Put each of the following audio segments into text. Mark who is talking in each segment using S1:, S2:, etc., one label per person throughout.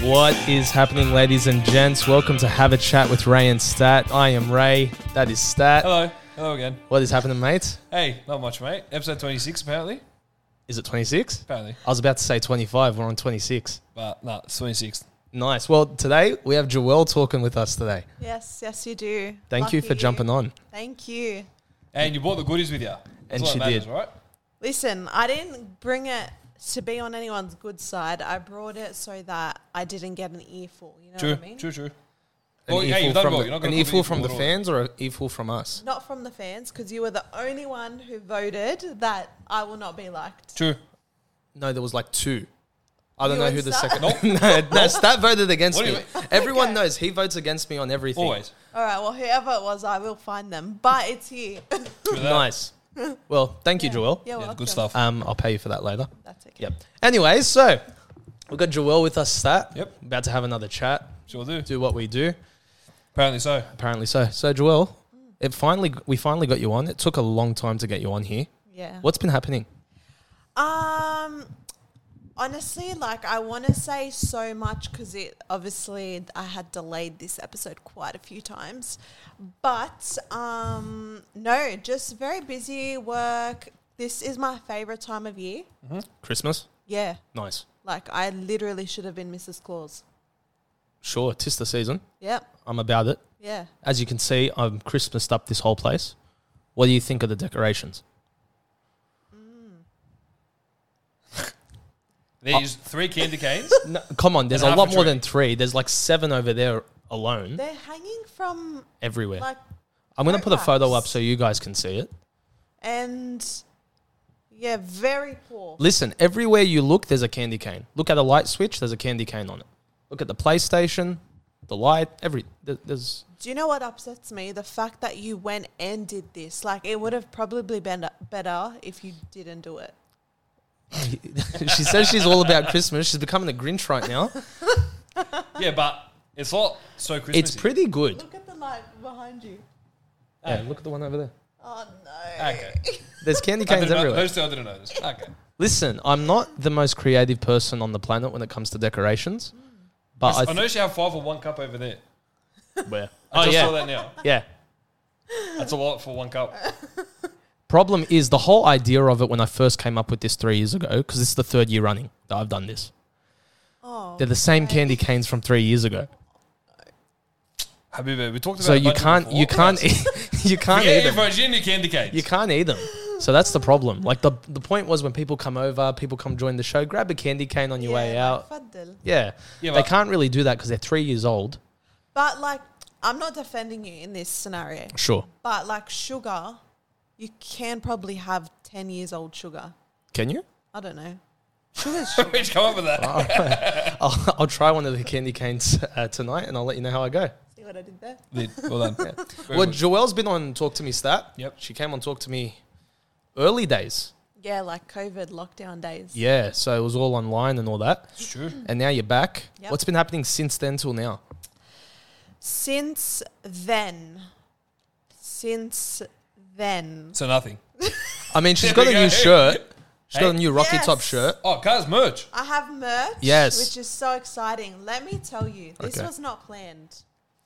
S1: What is happening, ladies and gents? Welcome to Have a Chat with Ray and Stat. I am Ray. That is Stat.
S2: Hello. Hello again.
S1: What is happening, mates?
S2: Hey, not much, mate. Episode 26, apparently.
S1: Is it 26?
S2: Apparently.
S1: I was about to say 25. We're on 26.
S2: But no, it's 26.
S1: Nice. Well, today we have Joelle talking with us today.
S3: Yes, yes, you do.
S1: Thank you
S3: Lucky
S1: for jumping on.
S3: Thank you.
S2: And you brought the goodies with you. That's
S1: And
S2: all
S1: she
S2: that matters,
S1: did.
S2: right?
S3: Listen, I didn't bring it to be on anyone's good side. I brought it so that I didn't get an earful. You know
S2: True,
S3: what I mean?
S2: true, true.
S1: An
S2: Well, yeah,
S1: earful
S2: you've done
S1: from
S2: well.
S1: the-
S2: You're not
S1: an
S2: gonna call me
S1: earful from the
S2: earful at all.
S1: fans or an earful from us?
S3: Not from the fans, because you were the only one who voted that I will not be liked.
S2: True.
S1: No, there was like two. I don't
S3: You
S1: know
S3: and
S1: who the
S3: Stat?
S1: second. no, no, Stat voted against
S2: What do
S1: me.
S2: you mean?
S1: Everyone
S3: Okay.
S1: knows he votes against me on everything.
S2: Always.
S3: All right, well, whoever it was, I will find them. But it's you.
S2: True that.
S1: Nice. Well, thank you, Joelle.
S3: You're
S2: Yeah,
S3: welcome.
S2: good stuff.
S1: Um, I'll pay you for that later.
S3: That's okay.
S1: Yep. Anyways, so we've got Joelle with us, Stat.
S2: Yep.
S1: About to have another chat,
S2: sure do.
S1: do what we do.
S2: Apparently so.
S1: Apparently so. So Joelle, it finally we finally got you on. It took a long time to get you on here.
S3: Yeah.
S1: What's been happening?
S3: Um, honestly, like I want to say so much because it obviously I had delayed this episode quite a few times, but um, no, just very busy work. This is my favorite time of year.
S1: Christmas?
S3: Yeah,
S1: Nice.
S3: like I literally should have been Mrs. Claus.
S1: Sure, tis the season.
S3: Yep,
S1: I'm about it.
S3: yeah.
S1: As you can see, I'm Christmased up this whole place. What do you think of the decorations?
S2: There's
S1: Uh,
S2: three candy canes.
S1: No, come on, there's
S2: And
S1: a
S2: half
S1: lot
S2: a
S1: more
S2: tree.
S1: than three. There's like seven over there alone,
S3: They're hanging from
S1: everywhere.
S3: like
S1: I'm gonna put a photo up
S3: photographs.
S1: so you guys can see it.
S3: and yeah, very poor.
S1: Listen, everywhere you look, there's a candy cane. Look at a light switch, there's a candy cane on it. Look at the PlayStation, the light, every there- there's
S3: Do you know what upsets me? The fact that you went and did this. Like, it would have probably been better if you didn't do it.
S1: she says she's all about Christmas. She's becoming a Grinch right now.
S2: yeah, but it's not so Christmas.
S1: It's pretty good.
S3: Look at the light behind you.
S1: Yeah, look at the one over there.
S3: Oh, no.
S2: Okay.
S1: There's candy
S2: I
S1: canes
S2: didn't know,
S1: everywhere. Uh,
S2: those two I didn't know this. Okay.
S1: Listen, I'm not the most creative person on the planet when it comes to decorations, but I,
S2: I noticed you have five or one cup over there.
S1: th- where?
S2: I
S1: Oh
S2: just
S1: yeah,
S2: saw that now.
S1: yeah.
S2: That's a lot for one cup.
S1: Problem is the whole idea of it when I first came up with this three years ago because it's the third year running that I've done this.
S3: Oh.
S1: They're the same candy canes from three years ago.
S2: Happy birthday. We talked about
S1: So
S2: it a
S1: you
S2: bunch
S1: can't,
S2: before.
S1: you can't, eat, you can't
S2: Yeah,
S1: eat
S2: yeah,
S1: them.
S2: Virginia candy canes.
S1: You can't eat them. So that's the problem. Like the the point was when people come over, people come join the show, grab a candy cane on your way
S3: Yeah,
S1: out.
S3: like, faddel.
S1: Yeah,
S2: Yeah,
S1: they
S2: but-
S1: can't really do that because they're three years old.
S3: But, like, I'm not defending you in this scenario.
S1: Sure,
S3: But, like, sugar, you can probably have 10 years old sugar.
S1: can you?
S3: I don't know. Sugar's sugar.
S2: Where'd you come up
S1: Oh,
S2: with that?
S1: I'll, I'll try one of the candy canes uh, tonight, and I'll let you know how I go.
S3: See what I did there?
S2: Did. Well done. Very
S1: well,
S2: good.
S1: Joelle's been on Talk to Me Stat.
S2: Yep.
S1: she came on Talk to Me early days.
S3: Yeah, like COVID lockdown days.
S1: Yeah, so it was all online and all that.
S2: It's true.
S1: And now you're back.
S3: Yep.
S1: What's been happening since then till now?
S3: Since then, since then,
S2: So nothing.
S1: I mean, she's
S2: There
S1: got
S2: we
S1: a new
S2: go.
S1: shirt. She's got a new Rocky
S3: Yes.
S1: Top shirt.
S2: Oh, cars merch.
S3: I have merch.
S1: Yes.
S3: Which is so exciting. Let me tell you, this
S1: Okay.
S3: was not planned.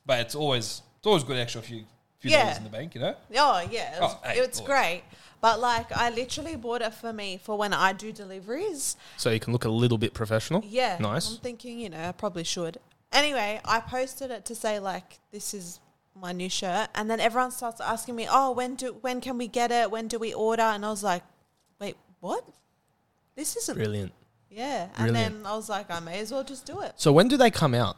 S2: But it's always it's always good extra few few
S3: Yeah.
S2: dollars in the bank, you know?
S3: Oh, yeah. It was,
S2: Oh, hey,
S3: it's
S2: boy.
S3: great. But like, I literally bought it for me for when I do deliveries.
S1: So you can look a little bit professional.
S3: Yeah.
S1: Nice.
S3: I'm thinking, you know, I probably should. Anyway, I posted it to say like, this is my new shirt, and then everyone starts asking me, oh, when do when can we get it? When do we order? And I was like, wait, what? This isn't
S1: Brilliant.
S3: yeah. And
S1: Brilliant.
S3: then I was like, I may as well just do it.
S1: So when do they come out?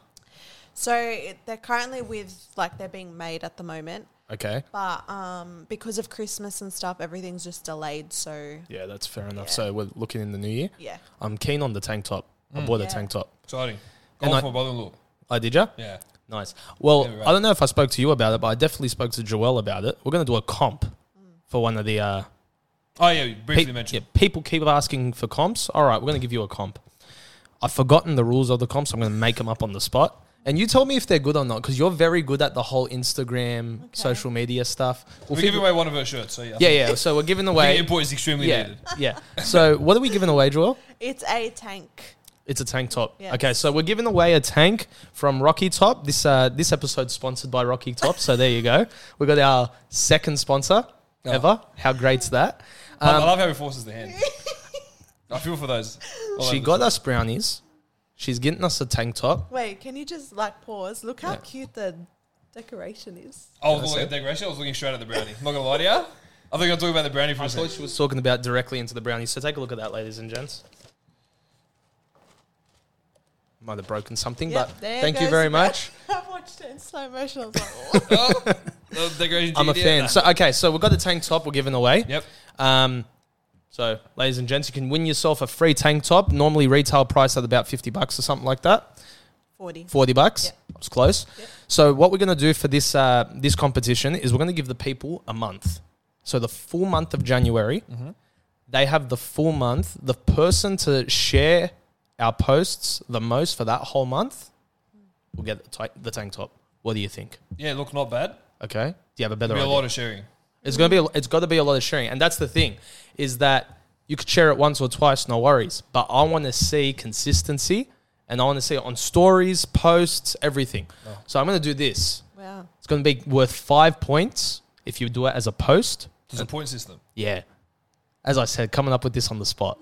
S3: So it, they're currently with like they're being made at the moment,
S1: Okay.
S3: but um, because of Christmas and stuff, everything's just delayed. So
S1: Yeah, that's fair enough.
S3: Yeah.
S1: So we're looking in the new year.
S3: yeah,
S1: I'm keen on the tank top.
S2: Mm.
S1: I bought a
S3: Yeah.
S1: tank top.
S2: Exciting.
S1: And
S2: Golf
S1: I-
S2: for my brother in law.
S1: I did ya?
S2: Yeah.
S1: Nice. Well,
S2: Yeah, right.
S1: I don't know if I spoke to you about it, but I definitely spoke to Joelle about it. We're going to do a comp for one of the. Uh,
S2: Oh yeah, you
S1: pe-
S2: briefly
S1: yeah,
S2: mentioned.
S1: people keep asking for comps. All right, we're going to give you a comp. I've forgotten the rules of the comps. I'm going to make them up on the spot. And you tell me if they're good or not, because you're very good at the whole Instagram, social media stuff. We'll
S2: we give
S1: figure-
S2: away one of her shirts, so yeah.
S1: yeah, yeah. So we're giving away.
S2: Your boy is extremely
S1: yeah,
S2: needed.
S1: yeah. So what are we giving away, Joel?
S3: it's a tank.
S1: It's a tank top.
S3: Yes.
S1: Okay, so we're giving away a tank from Rocky Top. This uh, this episode's sponsored by Rocky Top, so there you go. We got our second sponsor
S2: Oh.
S1: ever. How great's that?
S2: I- I
S1: Um,
S2: love how he forces the hand. I feel for those. all
S1: she
S2: over
S1: got
S2: the-
S1: us brownies. She's getting us a tank top.
S3: Wait, can you just like pause? Look how
S1: Yeah.
S3: cute the decoration is.
S2: I was
S1: That's
S2: looking at the decoration. I was looking straight at the brownie. Not gonna lie to you. I think I will talk about the brownie for a
S1: I thought
S2: second.
S1: she was talking about directly into the brownies. So take a look at that, ladies and gents. Might have broken something,
S3: Yep,
S1: but
S3: there
S1: thank you
S3: goes
S1: very
S3: the-
S1: much.
S3: I watched it in slow motion. I was like, oh.
S2: Oh, the decoration
S1: I'm a
S2: GD.
S1: fan. So okay, so we've got the tank top we're giving away.
S2: Yep.
S1: Um, so, ladies and gents, you can win yourself a free tank top. Normally, retail price at about fifty bucks or something like that.
S3: 40.
S1: Forty bucks.
S3: Yep.
S1: It's close.
S3: Yep.
S1: So, what we're going to do for this uh, this competition is we're going to give the people a month. So, the full month of January, they have the full month. The person to share our posts the most for that whole month will get the, ti- the tank top. What do you think?
S2: Yeah, look, not bad.
S1: Okay. Do you have a better
S2: There'll be a
S1: idea?
S2: lot of sharing.
S1: It's gonna be. a- It's got to be a lot of sharing, and that's the thing, is that you could share it once or twice, no worries. But I want to see consistency, and I want to see it on stories, posts, everything.
S2: Oh.
S1: So I'm gonna do this.
S3: Wow.
S1: It's gonna be worth five points if you do it as a post.
S2: There's a point system.
S1: Yeah, as I said, coming up with this on the spot.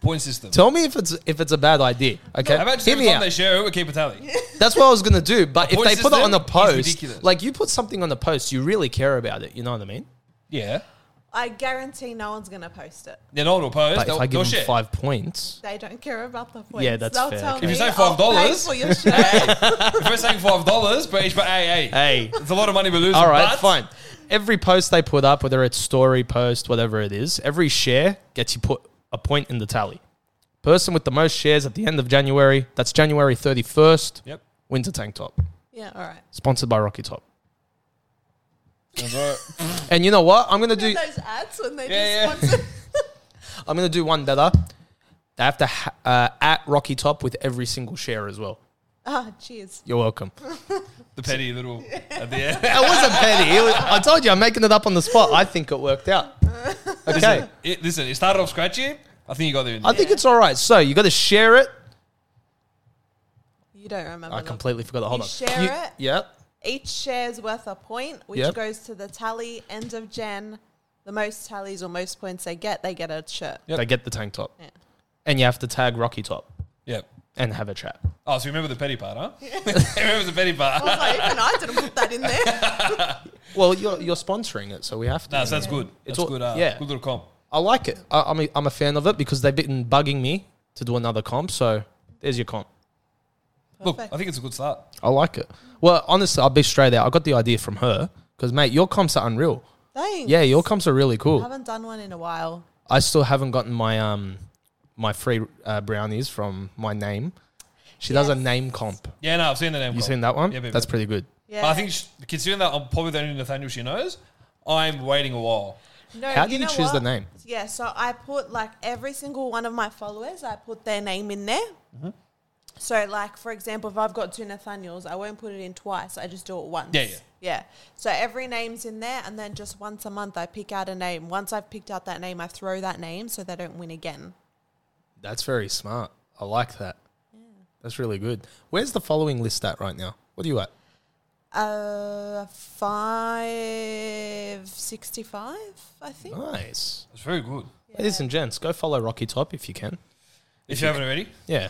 S2: Point system.
S1: Tell me if it's if it's a bad idea. Okay,
S2: How about just
S1: Hear
S2: every
S1: me
S2: time
S1: out.
S2: they share it, we keep a tally.
S1: That's what I was gonna do. But if
S2: point
S1: they put it
S2: system
S1: on a
S2: is
S1: post,
S2: ridiculous.
S1: like you put something on the post, you really care about it. You know what I mean?
S2: Yeah.
S3: I guarantee no one's going to post it.
S2: Then no one will post.
S1: But
S2: They'll,
S1: if I give
S2: they'll
S1: them
S2: share.
S1: five points.
S3: They don't care about the points.
S1: that's
S3: They'll
S1: fair.
S3: Tell
S1: If
S2: you
S3: me,
S2: say
S3: "I'll pay
S2: $5
S3: for your shirt.
S2: if we're saying five dollars, but each, but hey, hey,
S1: Hey.
S2: it's a lot of money we're losing.
S1: All right,
S2: but
S1: fine. Every post they put up, whether it's story post, whatever it is, every share gets you put a point in the tally. Person with the most shares at the end of January, that's January 31st,
S2: Yep.
S1: Winter Tank Top,
S3: yeah, all right.
S1: sponsored by Rocky Top.
S2: That's right.
S1: And you know what? I'm going to do
S3: Remember those ads when they
S2: Yeah,
S3: just
S2: yeah.
S3: sponsor-
S1: I'm going to do one better. They have to ha- uh, at Rocky Top with every single share as well.
S3: Ah, cheers.
S1: You're welcome.
S2: The petty little at the end.
S1: That wasn't petty. It was, I told you, I'm making it up on the spot. I think it worked out. Okay.
S2: It, listen, it started off scratchy. I think you got there. In the
S1: I think it's all right. So you got to share it.
S3: You don't remember.
S1: I
S3: them.
S1: completely forgot. Hold
S3: You
S1: on.
S3: share it?
S1: Yep.
S3: Each share's worth a point, which
S1: Yep.
S3: goes to the tally end of Jan. The most tallies or most points they get, they get a shirt.
S2: Yep.
S1: They get the tank top.
S3: Yeah.
S1: And you have to tag Rocky Top
S2: yeah.
S1: and have a chat.
S2: Oh, so you remember the petty part, huh? remember the petty part.
S3: I was like, even I didn't put that in there.
S1: Well, you're, you're sponsoring it, so we have to.
S2: No, so that's good. That's
S1: all-
S2: good. Uh,
S1: yeah.
S2: Good little comp.
S1: I like it. I, I'm, a, I'm a fan of it because they've been bugging me to do another comp. So there's your comp.
S2: Look,
S3: Perfect.
S2: I think it's a good start.
S1: I like it. Well, honestly, I'll be straight out. I got the idea from her because, mate, your comps are unreal.
S3: Thanks.
S1: Yeah, your comps are really
S3: I
S1: cool.
S3: haven't done one in a while.
S1: I still haven't gotten my um my free uh, brownies from my name. She does a
S3: Yes.
S1: name comp.
S2: Yeah, no, I've seen the name.
S1: You
S2: comp.
S1: seen that one?
S2: Yeah, baby.
S1: That's pretty good.
S3: Yeah.
S2: I think, sh considering that I'm probably the only Nathaniel she knows, I'm waiting a while.
S3: No,
S1: How do you
S3: know
S1: choose the
S3: what?
S1: name?
S3: Yeah, so I put like every single one of my followers, I put their name in there.
S1: Mm-hmm.
S3: So, like for example, if I've got two Nathaniels, I won't put it in twice. I just do it once.
S2: Yeah, yeah.
S3: yeah. So every name's in there, and then just once a month, I pick out a name. Once I've picked out that name, I throw that name so they don't win again.
S1: That's very smart. I like that. That's really good. Where's the following list at right now? What are you at?
S3: Uh, five sixty-five, I think.
S1: Nice.
S2: It's very good.
S1: Ladies and gents, go follow Rocky Top if you can.
S2: If you haven't already,
S1: Yeah.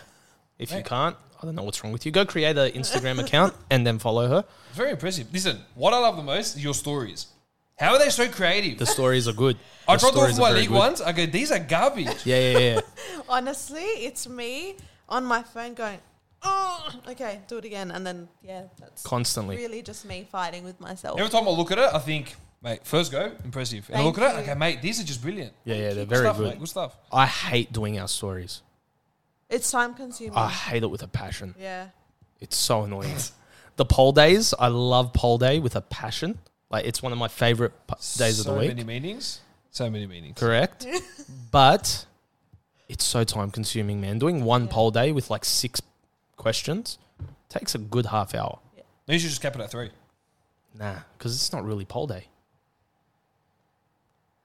S1: If you
S2: Right.
S1: can't, I don't know what's wrong with you. Go create an Instagram account and then follow her.
S2: it's very impressive. Listen, what I love the most is your stories. How are they so creative?
S1: The stories are good.
S2: I
S1: The
S2: tried to
S1: stories
S2: off
S1: are
S2: my
S1: very
S2: league
S1: good.
S2: once. I go, these are garbage.
S1: Yeah, yeah, yeah.
S3: Honestly, it's me on my phone going, oh, okay, do it again. And then, yeah, that's
S1: Constantly.
S3: really just me fighting with myself.
S2: Every time I look at it, I think, mate, first go, impressive. And I look
S3: Thank
S2: at it,
S3: you.
S2: okay, mate, these are just brilliant.
S1: Yeah, yeah, they're
S2: Good
S1: very
S2: stuff,
S1: good.
S2: Mate, good stuff.
S1: I hate doing our stories.
S3: It's time consuming.
S2: Ah.
S1: I hate it with a passion.
S3: yeah.
S1: It's so annoying. the poll days, I love poll day with a passion. Like, it's one of my favorite p- days
S2: so
S1: of the week.
S2: many meanings. So many meanings.
S1: Correct. but it's so time consuming, man. Doing one poll day with like six questions takes a good half hour.
S2: No, you should just cap it at three.
S1: Nah, because it's not really poll day.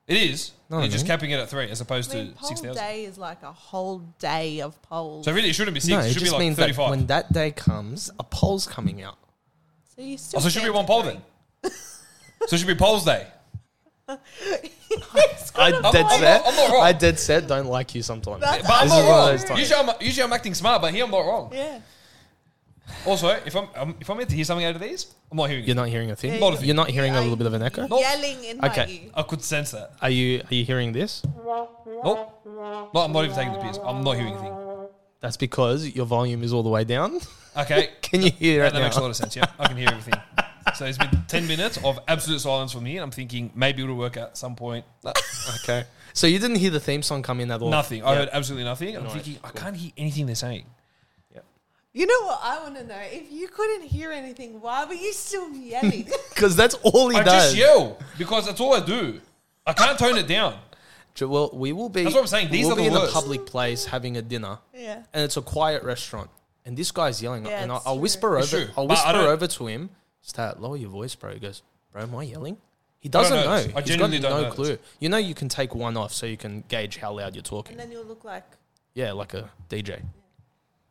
S2: It is.
S1: No,
S2: You're
S1: I
S2: just
S1: mean-
S2: capping it at three as opposed
S3: I mean,
S2: to six
S3: poll
S2: thousand.
S3: day is like a whole day of polls.
S2: So really, it shouldn't be six.
S1: no,
S2: it
S1: it
S2: should
S1: just
S2: be like
S1: means
S2: thirty-five.
S1: that when that day comes, a poll's coming out.
S3: so you
S2: oh,
S3: still
S2: so it should be
S3: can't
S2: one
S3: do
S2: poll
S3: three.
S2: then. so it should be polls day.
S3: He's got a
S2: I'm
S1: dead
S2: not-
S3: point.
S1: set.
S2: I'm not wrong.
S1: I dead set. Don't like you sometimes.
S3: That's-
S2: But I'm
S1: This
S2: not
S1: is one of
S2: wrong.
S1: those times.
S2: Usually I'm, usually I'm acting smart, but here I'm not wrong.
S3: Yeah.
S2: Also, if I'm, um if I'm meant to hear something out of these, I'm not hearing
S1: You're
S2: it.
S1: not hearing a thing.
S3: Not a
S2: thing.
S1: You're not hearing a little
S3: I-
S1: bit of an echo.
S2: Nope.
S3: Yelling in my
S1: Okay.
S3: ear.
S2: I could sense that.
S1: Are you are you hearing this?
S2: No, no, I'm not even taking the piss. I'm not hearing anything.
S1: That's because your volume is all the way down.
S2: Okay,
S1: Can you hear
S2: Yeah,
S1: it
S2: that makes a
S1: now?
S2: lot of sense. Yeah, I can hear everything. So it's been ten minutes of absolute silence for me, and I'm thinking maybe it'll work at some point. No,
S1: Okay. So you didn't hear the theme song come in at all.
S2: nothing. I
S1: Yeah.
S2: heard absolutely nothing. I'm
S1: Nice.
S2: thinking I
S1: Cool.
S2: can't hear anything they're saying.
S3: You know what I want to know? If you couldn't hear anything, why were you still yelling?
S1: Because that's all he
S2: I
S1: does.
S2: just yell because that's all I do. I can't tone it down.
S1: Ju- Well, we will be.
S2: That's what I'm saying. These
S1: we'll
S2: are
S1: be in
S2: the worst.
S1: a public place having a dinner,
S3: yeah.
S1: and it's a quiet restaurant, and this guy's yelling,
S3: Yeah,
S1: and I'll,
S3: it's
S1: I'll
S3: true.
S1: whisper
S2: It's
S1: over.
S2: true,
S1: I'll
S2: but I
S1: whisper
S2: don't-
S1: over to him. Start lower your voice, bro. He goes, bro, am I yelling? He
S2: don't
S1: doesn't
S2: know
S1: know.
S2: this. I
S1: He's got
S2: genuinely don't know
S1: no
S2: this.
S1: clue. You know, you can take one off so you can gauge how loud you're talking.
S3: And then you'll look like
S1: Yeah, like a DJ.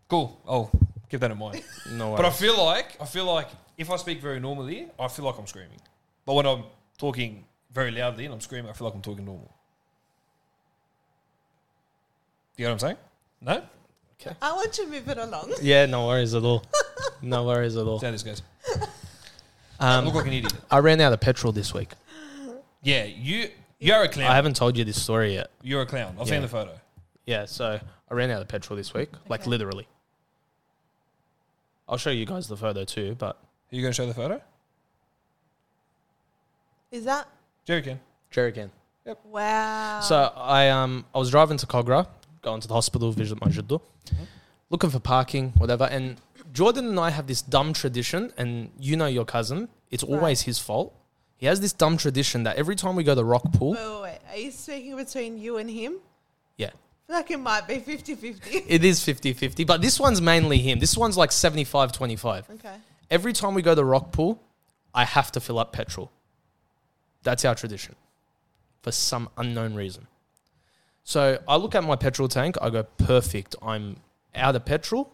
S2: Cool. I'll keep that in mind.
S1: No way.
S2: But I feel like I feel like if I speak very normally, I feel like I'm screaming. But when I'm talking very loudly and I'm screaming, I feel like I'm talking normal. You know what I'm saying? No?
S3: I want to move it along.
S1: yeah, no worries at all. no worries at all.
S2: See how this goes. I look
S1: Um,
S2: like an idiot.
S1: I ran out of petrol this week.
S2: Yeah, you you're a clown.
S1: I haven't told you this story yet.
S2: You're a clown. I've
S1: Yeah.
S2: seen the photo.
S1: Yeah, so I ran out of petrol this week, like
S3: Okay.
S1: literally. I'll show you guys the photo too, but
S2: Are you gonna show the photo?
S3: Is that
S2: Jerry can.
S1: Jerry again.
S3: wow?
S1: So I um I was driving to Cogra, going to the hospital, visit my juddo, looking for parking, whatever. And Jordan and I have this dumb tradition, and you know your cousin. It's
S3: Right.
S1: always his fault. He has this dumb tradition that every time we go to Rockpool,
S3: wait, wait, Oh, wait. Are you speaking between you and him?
S1: yeah,
S3: I feel like it might be 50-50.
S1: it is 50-50, but this one's mainly him. This one's like 75-25.
S3: okay.
S1: every time we go to Rockpool, I have to fill up petrol. That's our tradition for some unknown reason. So I look at my petrol tank, I go, perfect. I'm out of petrol.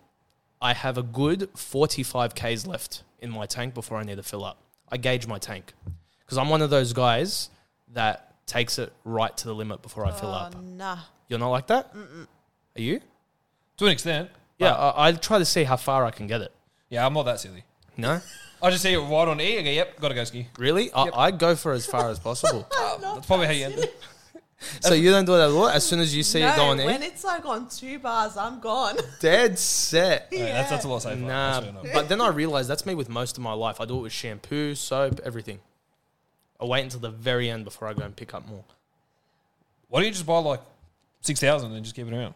S1: I have a good 45 Ks left in my tank before I need to fill up. I gauge my tank because I'm one of those guys that takes it right to the limit before I fill
S3: Oh
S1: up.
S3: nah.
S1: You're not like that? Are you?
S2: To an extent.
S1: Yeah, I, I try to see how far I can get it.
S2: Yeah, I'm not that silly.
S1: No?
S2: I just see it right on E. I go, yep, gotta go ski.
S1: Really? I, I go for as far as possible.
S2: That's probably how you end it.
S1: So you don't do it at all. As soon as you see it
S3: no,
S1: going
S3: when
S1: in,
S3: it's like on two bars, I'm gone.
S1: dead set.
S2: Yeah, that's, that's a lot safer.
S1: Nah,
S2: That's fair enough.
S1: but then I realized that's me with most of my life. I do it with shampoo, soap, everything. I wait until the very end before I go and pick up more.
S2: Why don't you just buy like six thousand and just keep it around?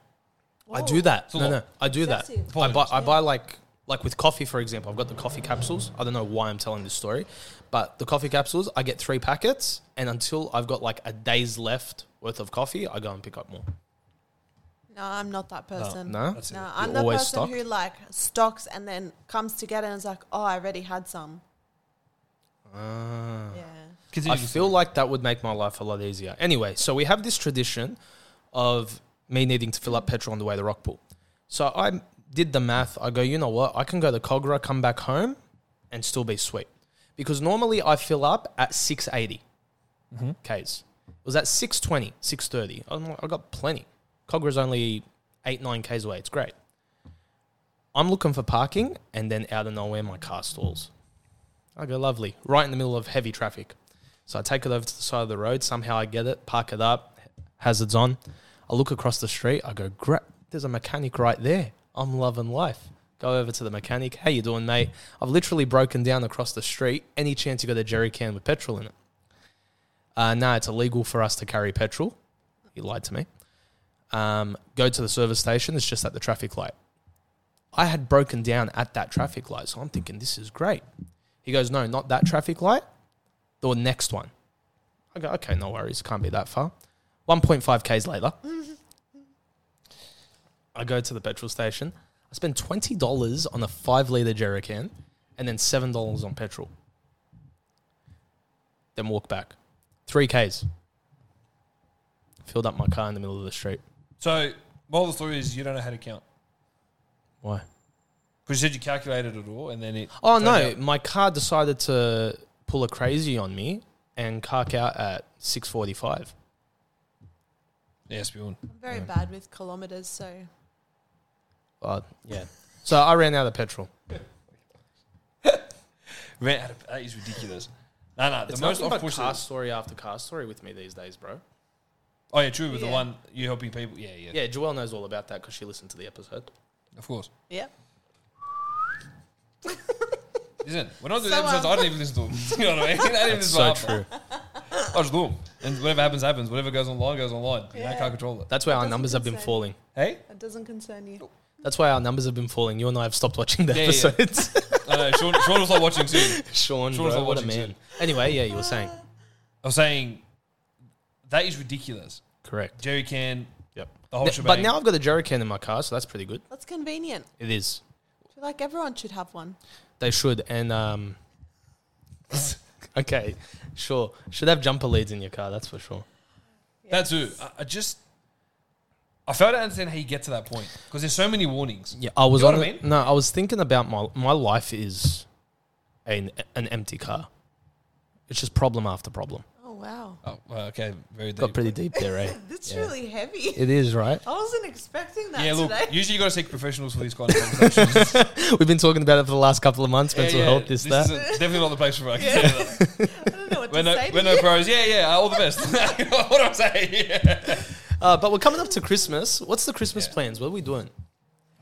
S1: I do that.
S2: a
S1: No,
S2: lot.
S1: no, I do that.
S3: Excessive.
S1: I buy, I buy like like with coffee, for example. I've got the coffee capsules. I don't know why I'm telling this story, but the coffee capsules, I get three packets, and until I've got like a day's left worth of coffee, I go and pick up more.
S3: No, I'm not that person.
S1: No,
S2: That's it.
S3: No, I'm
S1: You
S3: the
S1: always
S3: person
S1: stock?
S3: who like stocks and then comes together and is like, oh, I already had some.
S1: Ah.
S3: Yeah.
S2: Continue
S1: I
S2: to-
S1: feel like that would make my life a lot easier. Anyway, so we have this tradition of me needing to fill up petrol on the way to Rockpool. So I did the math. I go, you know what? I can go to Cogra, come back home, and still be sweet. Because normally I fill up at 680 Ks. It was at 620, 630. I'm like, I got plenty. Cogra's only 8, 9 Ks away. It's great. I'm looking for parking, and then out of nowhere, my car stalls. I go, lovely. Right in the middle of heavy traffic. So I take it over to the side of the road. Somehow I get it, park it up, hazards on. I look across the street. I go, great. There's a mechanic right there. I'm loving life. Go over to the mechanic. How you doing, mate? I've literally broken down across the street. Any chance you got a jerry can with petrol in it? Uh, no, it's illegal for us to carry petrol. He lied to me. Um, go to the service station. It's just at the traffic light. I had broken down at that traffic light, so I'm thinking this is great. He goes, no, not that traffic light the next one. I go, okay, no worries, can't be that far. 1.5 Ks later, I go to the petrol station. I spend $20 on a five litre jerry can and then $7 on petrol. Then walk back. Three Ks. Filled up my car in the middle of the street.
S2: So, moral of the story is you don't know how to count
S1: Why?
S2: because you said you calculated it all, and then it.
S1: Oh
S2: turned
S1: no,
S2: out-
S1: my car decided to pull a crazy on me and cark out at six forty-five.
S2: Yeah, Bjorn.
S3: I'm very bad with kilometers, so
S1: Uh, yeah. So I ran out of petrol.
S2: Ran out of that is ridiculous. No, no, the
S1: It's
S2: most
S1: most
S2: I've
S1: but
S2: pushed.
S1: car
S2: it-
S1: story after car story with me these days, bro.
S2: Oh yeah, true. With
S3: Yeah.
S2: the one you helping people. Yeah, yeah,
S1: Yeah, Joelle knows all about that because she listened to the episode.
S2: Of course.
S3: yeah.
S2: Isn't it? when I do the
S3: So,
S2: episodes,
S3: um,
S2: I don't even listen to them. You know what I mean? I don't even listen to
S1: so
S2: half of them.
S1: true.
S2: I just do them, and whatever happens, happens. Whatever goes online, goes online. And I
S3: Yeah.
S2: can't control it.
S1: That's why our
S3: Doesn't
S1: numbers have been
S3: concern.
S1: falling.
S2: Hey,
S3: That doesn't concern you.
S1: That's why our numbers have been falling. You and I have stopped watching the
S2: Yeah, yeah.
S1: episodes.
S2: I know Sean. Sean was like watching too.
S1: Sean,
S2: Sean's
S1: bro,
S2: not
S1: what a
S2: watching
S1: man.
S2: soon.
S1: Anyway, yeah, you were saying
S2: I was saying that is ridiculous.
S1: correct.
S2: Jerry can
S1: Yep.
S2: the whole
S1: N-
S2: shebang.
S1: but now I've got a jerry can in my car, so that's pretty good.
S3: That's convenient.
S1: It is.
S3: I feel like everyone should have one.
S1: They should. And um, okay, sure. Should have jumper leads in your car. That's for sure.
S2: That's who. I, I just. I fail to understand how you get to that point because there's so many warnings.
S1: Yeah, I was
S2: You know
S1: on.
S2: what I
S1: the-
S2: mean?
S1: No, I was thinking about my my life is an an empty car. It's just problem after problem.
S3: Oh wow,
S2: Oh, well, okay, very
S1: Got
S2: deep.
S1: pretty deep there, eh?
S3: that's
S1: Yeah.
S3: really heavy.
S1: It is right.
S3: I wasn't expecting that
S2: Yeah, look.
S3: today.
S2: Usually, you got to seek professionals for these kind of conversations.
S1: We've been talking about it for the last couple of months. Mental health, this, that.
S2: isn't- definitely not the place for us.
S3: I don't know what
S2: We're
S3: to
S2: no,
S3: say. To
S2: we're no
S3: you.
S2: pros. Yeah, yeah. All the best. what do I say? Yeah.
S1: Uh, but we're coming up to Christmas. What's the Christmas
S2: Yeah.
S1: plans? What are we doing?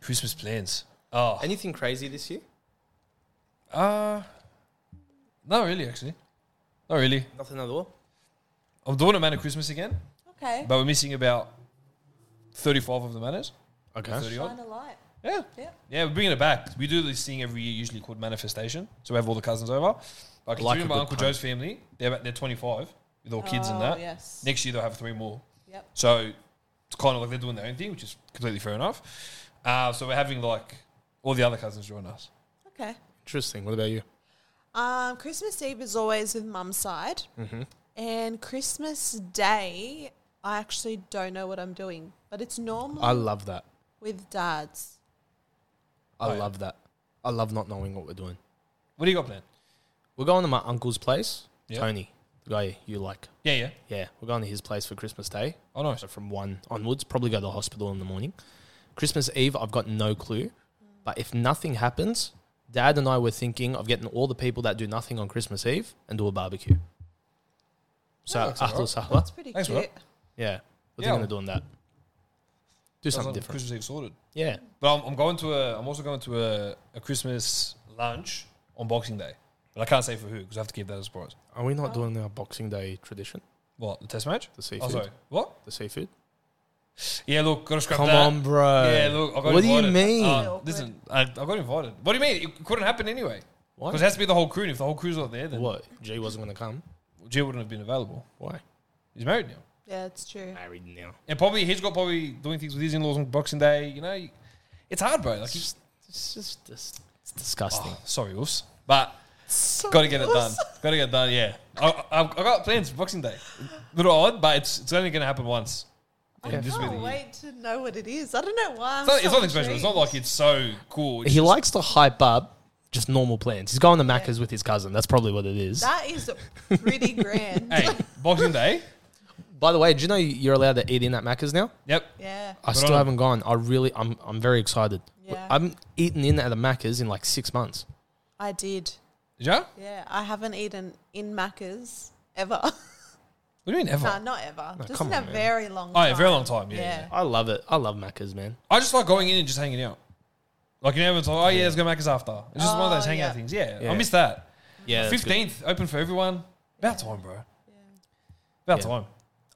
S2: Christmas plans. Oh,
S1: Anything crazy this year?
S2: uh, not really. Actually, not really.
S1: Nothing at all.
S2: I'm doing a man of Christmas again,
S3: okay,
S2: but we're missing about thirty-five of the manners.
S1: Okay.
S2: 30
S3: shine
S2: odd.
S3: a light.
S2: Yeah.
S3: Yeah.
S2: Yeah, we're bringing it back. We do this thing every year, usually called manifestation. So we have all the cousins over. Like,
S1: Like
S2: considering
S1: a
S2: my
S1: good
S2: Uncle
S1: pun.
S2: Joe's family, they're, they're 25 with all kids and
S3: Oh,
S2: that.
S3: Yes.
S2: Next year, they'll have three more.
S3: Yep.
S2: So it's kind of like they're doing their own thing, which is completely fair enough. Uh, so we're having like all the other cousins join us.
S3: Okay.
S1: Interesting. What about you?
S3: Um, Christmas Eve is always with mum's side,
S2: Mm-hmm.
S3: and Christmas Day I actually don't know what I'm doing, but it's
S2: Ah.
S3: normally
S1: I love that.
S3: with dads.
S1: I
S2: Oh, yeah.
S1: love that. I love not knowing what we're doing.
S2: What do you got planned?
S1: We're going to my uncle's place.
S2: Yeah.
S1: Tony, the guy you like.
S2: Yeah, yeah.
S1: Yeah, we're going to his place for Christmas Day.
S2: Oh, nice.
S1: So from one onwards, probably go to the hospital in the morning. Christmas Eve, I've got no clue. But if nothing happens, Dad and I were thinking of getting all the people that do nothing on Christmas Eve and do a barbecue. So
S2: Oh, that's
S1: after
S2: alright.
S1: sahwa,
S3: That's pretty
S2: Thanks,
S3: cute.
S2: Rob.
S1: yeah, we're
S2: Yeah.
S1: thinking of doing that. Do
S2: Sounds
S1: something
S2: like
S1: different.
S2: Christmas Eve sorted.
S1: Yeah.
S2: But I'm, I'm going to a. I'm also going to a, a Christmas lunch on Boxing Day, but I can't say for who because I have to keep that as a surprise.
S1: Are we not doing our Boxing Day tradition?
S2: What the test match?
S1: The seafood.
S2: Oh, sorry. What?
S1: The seafood.
S2: Yeah, look, gotta scrap
S1: Come
S2: that.
S1: on, bro.
S2: Yeah, look, I got
S1: Uh, What do you
S2: invited.
S1: mean?
S2: Uh, listen, I, I got invited. What do you mean? It couldn't happen anyway.
S1: Why?
S2: Because it has to be the whole crew. And if the whole crew's not there, then
S1: What? G wasn't going to come.
S2: Jill wouldn't have been available.
S1: Why?
S2: He's married now.
S3: Yeah, it's true.
S1: Married now.
S2: And probably he's got probably doing things with his in laws on Boxing Day. You know, it's hard, bro. Like,
S1: It's
S2: you-
S1: just, it's just, dis- it's disgusting.
S2: oh, sorry, Wolves, but got to get it done. Got to get it done. Yeah, I, I, I got plans for Boxing Day. Little odd, but it's it's only going to happen once.
S3: I
S2: And this will be the
S3: can't
S2: year.
S3: wait to know what it is. I don't know why. I'm
S2: It's, not, it's
S3: so
S2: nothing special. It's
S3: intrigued.
S2: not like it's so cool. It's
S1: He
S2: just-
S1: likes to hype up just normal plans. He's going to Macca's with his cousin. That's probably what it is.
S3: That is pretty grand.
S2: hey, Boxing Day.
S1: By the way, do you know you're allowed to eat in at Macca's now?
S2: Yep.
S3: Yeah.
S1: I
S2: Good on
S1: still
S2: him.
S1: haven't gone. I really, I'm, I'm very excited.
S3: Yeah.
S1: I'm eating in at a Macca's in like six months.
S3: I did.
S2: Did ya?
S3: Yeah, I haven't eaten in Macca's ever.
S2: What do you mean ever?
S3: no, not ever. Just
S1: come
S3: in a
S1: on, man.
S3: very long
S2: Oh,
S3: time.
S2: yeah, very long time. Yeah, yeah.
S1: I love it. I love Macca's, man.
S2: I just like going in and just hanging out. Like you know, it's like, oh yeah, let's go Macca's after. It's just one of those
S3: Oh,
S2: hangout
S3: yeah.
S2: things. Yeah,
S1: Yeah.
S2: I miss that.
S1: Yeah, that's good.
S2: Fifteenth, open for everyone. About time, bro.
S1: Yeah.
S2: About time.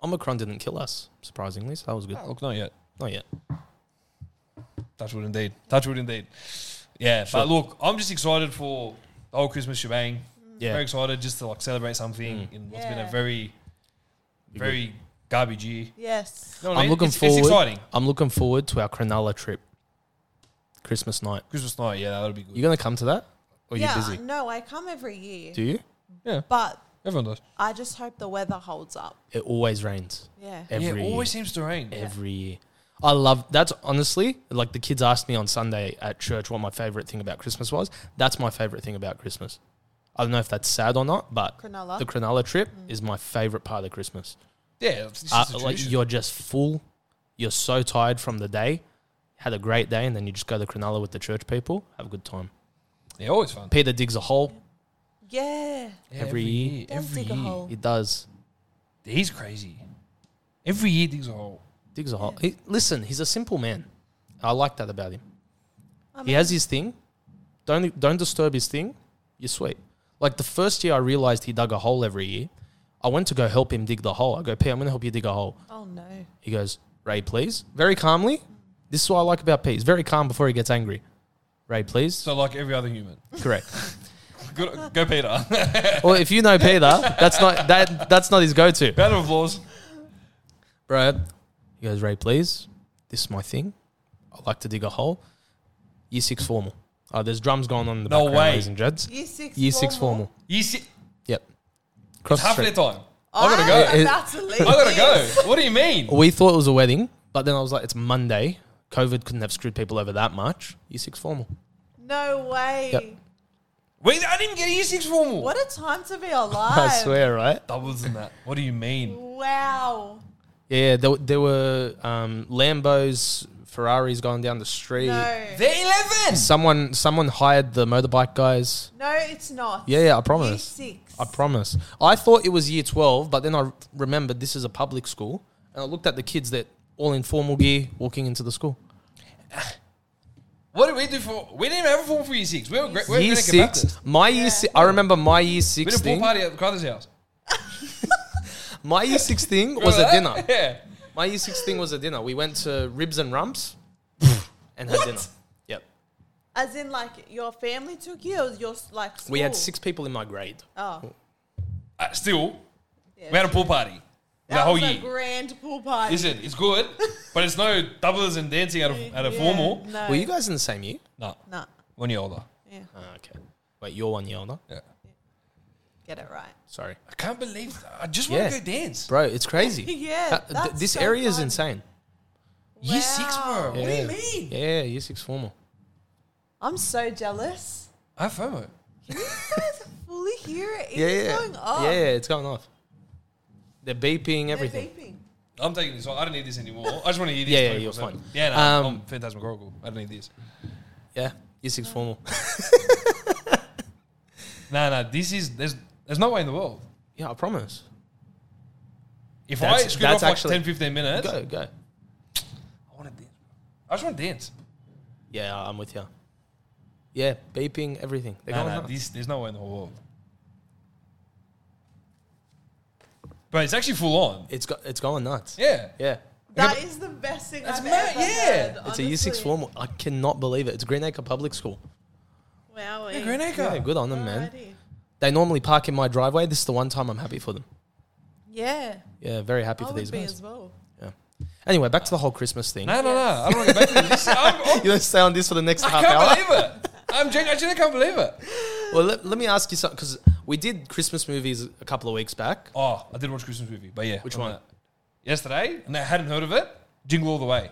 S1: Omicron didn't kill us, surprisingly. So that was good.
S2: Ah, look, not yet.
S1: Not yet.
S2: Touch wood indeed. Touch wood indeed. Yeah,
S1: Sure.
S2: but look, I'm just excited for the whole Christmas shebang. Very
S1: Yeah. Mm.
S2: excited just to like celebrate something in what's been a
S3: Yeah.
S2: very,
S1: Be
S2: very garbage year.
S3: Yes.
S2: You know what I
S1: I'm
S2: mean?
S1: looking
S2: it's,
S1: forward.
S2: It's exciting.
S1: I'm looking forward to our Cronulla trip, Christmas night.
S2: Christmas night, yeah, that'll be good.
S1: Oh, You gonna come to that? Or are
S3: yeah,
S1: you busy?
S3: no, I come every year.
S1: Do you?
S3: But
S2: Everyone does.
S3: I just hope the weather holds up.
S1: It always rains
S3: Yeah.
S1: every
S2: yeah, it always seems to rain.
S1: every year. I love that's honestly like the kids asked me on Sunday at church what my favorite thing about Christmas was. That's my favorite thing about Christmas. I don't know if that's sad or not, but
S3: Cronulla.
S1: the Cronulla trip is my favorite part of Christmas.
S2: Yeah, it's just
S1: Uh,
S2: a
S1: like
S2: tradition.
S1: you're just full, you're so tired from the day, had a great day, and then you just go to Cronulla with the church people, have a good time.
S2: yeah, always fun.
S1: Peter digs a hole.
S3: yeah.
S2: Yeah,
S1: Every year.
S3: Does
S2: every
S3: dig a
S2: year.
S3: hole.
S1: He does
S2: He's crazy. Every year digs a hole.
S1: digs a hole. He, listen, he's a simple man. I like that about him.
S3: I
S1: he has his thing. Don't don't disturb his thing. You're sweet. Like the first year, I realized he dug a hole every year. I went to go help him dig the hole. I go, P, I'm going to help you dig a hole.
S3: Oh no.
S1: He goes, Ray, please. Very calmly. This is what I like about P. He's very calm before he gets angry. Ray, please.
S2: So like every other human.
S1: Correct.
S2: Go, go Peter.
S1: well, if you know Peter, that's not that that's not his go-to.
S2: Battle of laws.
S1: bro. He goes, Ray, please. This is my thing. I like to dig a hole. Year six formal. Uh, there's drums going on in the
S2: No
S1: background,
S2: way.
S1: ladies and gents.
S3: Year six.
S1: Year six formal.
S2: You see,
S1: Yep. Cross the
S2: half their
S1: street.
S2: time.
S3: I'm
S2: I gotta go.
S3: about to leave.
S2: I gotta
S3: this.
S2: go. What do you mean?
S1: We thought it was a wedding, but then I was like, it's Monday. COVID couldn't have screwed people over that much. Year six formal.
S3: No way.
S1: Yep.
S2: Wait, I didn't get a year six formal.
S3: What a time to be
S1: I
S3: alive.
S1: swear, right?
S2: Doubles in that. What do you mean?
S3: Wow.
S1: Yeah, there, there were um, Lambos, Ferraris going down the street.
S3: No.
S2: They're 11.
S1: Someone, someone hired the motorbike guys.
S3: No, it's not.
S1: Yeah, yeah, I promise.
S3: Year six.
S1: I promise. I thought it was year 12, but then I remembered this is a public school. And I looked at the kids that all in formal gear walking into the school.
S2: What did we do for? We didn't have a formal for year six. We were great. We were
S1: year
S2: Greek
S1: six.
S2: Baptist.
S1: My year si- I remember my year
S2: We
S1: six
S2: did a pool
S1: thing.
S2: party at the Crothers house.
S1: My year six thing was a
S2: Remember
S1: dinner.
S2: that? Yeah.
S1: My year six thing was a dinner. We went to Ribs and Rumps and had dinner. Yep.
S3: As in, like, your family took you or your, like, school?
S1: We had six people in my grade.
S3: Oh.
S2: Uh, still,
S3: Yeah.
S2: we had a pool party.
S3: that
S2: the whole
S3: was a
S2: year.
S3: grand pool party.
S2: Listen, it's good, but it's no doubles and dancing at a, at a
S3: Oh, Yeah,
S2: formal.
S3: No.
S1: Were you guys in the same year?
S2: No,
S3: No.
S2: one year older.
S3: Yeah.
S1: Ah, okay. Wait, you're one year older.
S2: Yeah.
S3: Get it right.
S1: Sorry.
S2: I can't believe I just
S1: Yeah.
S2: want to go dance.
S1: Bro, it's crazy.
S3: Yeah,
S1: Ha- th-
S3: that's
S1: this
S3: so
S1: area is
S3: fun.
S1: insane.
S2: Year six,
S3: Wow.
S2: bro. What do
S1: Yeah.
S2: you mean?
S1: Yeah, year six formal.
S3: I'm so jealous.
S2: I have FOMO.
S3: You guys fully hear it. It's
S1: Yeah, yeah.
S3: going off.
S1: Yeah, it's going off. They're beeping,
S3: They're
S1: everything.
S3: beeping.
S2: I'm taking this. off. I don't need this anymore. I just want to hear this.
S1: Yeah, yeah,
S2: 24/7.
S1: you're fine.
S2: Yeah, no,
S1: Um,
S2: I'm phantasmagorical. I don't need this.
S1: Yeah, year six formal.
S2: No, no, this is there's there's no way in the world.
S1: yeah, I promise.
S2: If I
S1: That's-
S2: screw
S1: that's
S2: off like
S1: actually-
S2: 10, 15 minutes,
S1: Go, go.
S2: I want to dance. I just want to dance.
S1: Yeah, I'm with you. Yeah, beeping, everything. They're
S2: No,
S1: going
S2: no,
S1: off.
S2: this, there's no way in the whole world. But it's actually full on.
S1: It's go- it's going nuts.
S2: Yeah.
S1: Yeah.
S3: That is the best thing
S2: That's
S3: I've
S2: mad,
S3: ever
S2: yeah.
S3: heard.
S1: It's a year six
S3: honestly.
S1: formal. I cannot believe it. It's Green Acre Public School.
S3: Wowee.
S2: Yeah, Green Acre.
S1: Yeah, good on them, man.
S3: Alrighty.
S1: They normally park in my driveway. This is the one time I'm happy for them.
S3: Yeah.
S1: Yeah, very happy
S3: I
S1: for these
S3: would be
S1: guys.
S3: as well.
S1: Yeah. Anyway, back to the whole Christmas thing.
S2: No, no, no. I don't want to go back to this. I'm, I'm,
S1: You're gonna stay on this for the next
S2: I
S1: half
S2: can't
S1: hour.
S2: believe it. I'm genuinely, I genuinely can't believe it.
S1: Well, let, let me ask you something because we did Christmas movies a couple of weeks back.
S2: Oh, I did watch a Christmas movie, but yeah.
S1: Which
S2: I'm
S1: one?
S2: out. Yesterday, and I hadn't heard of it. Jingle All the Way.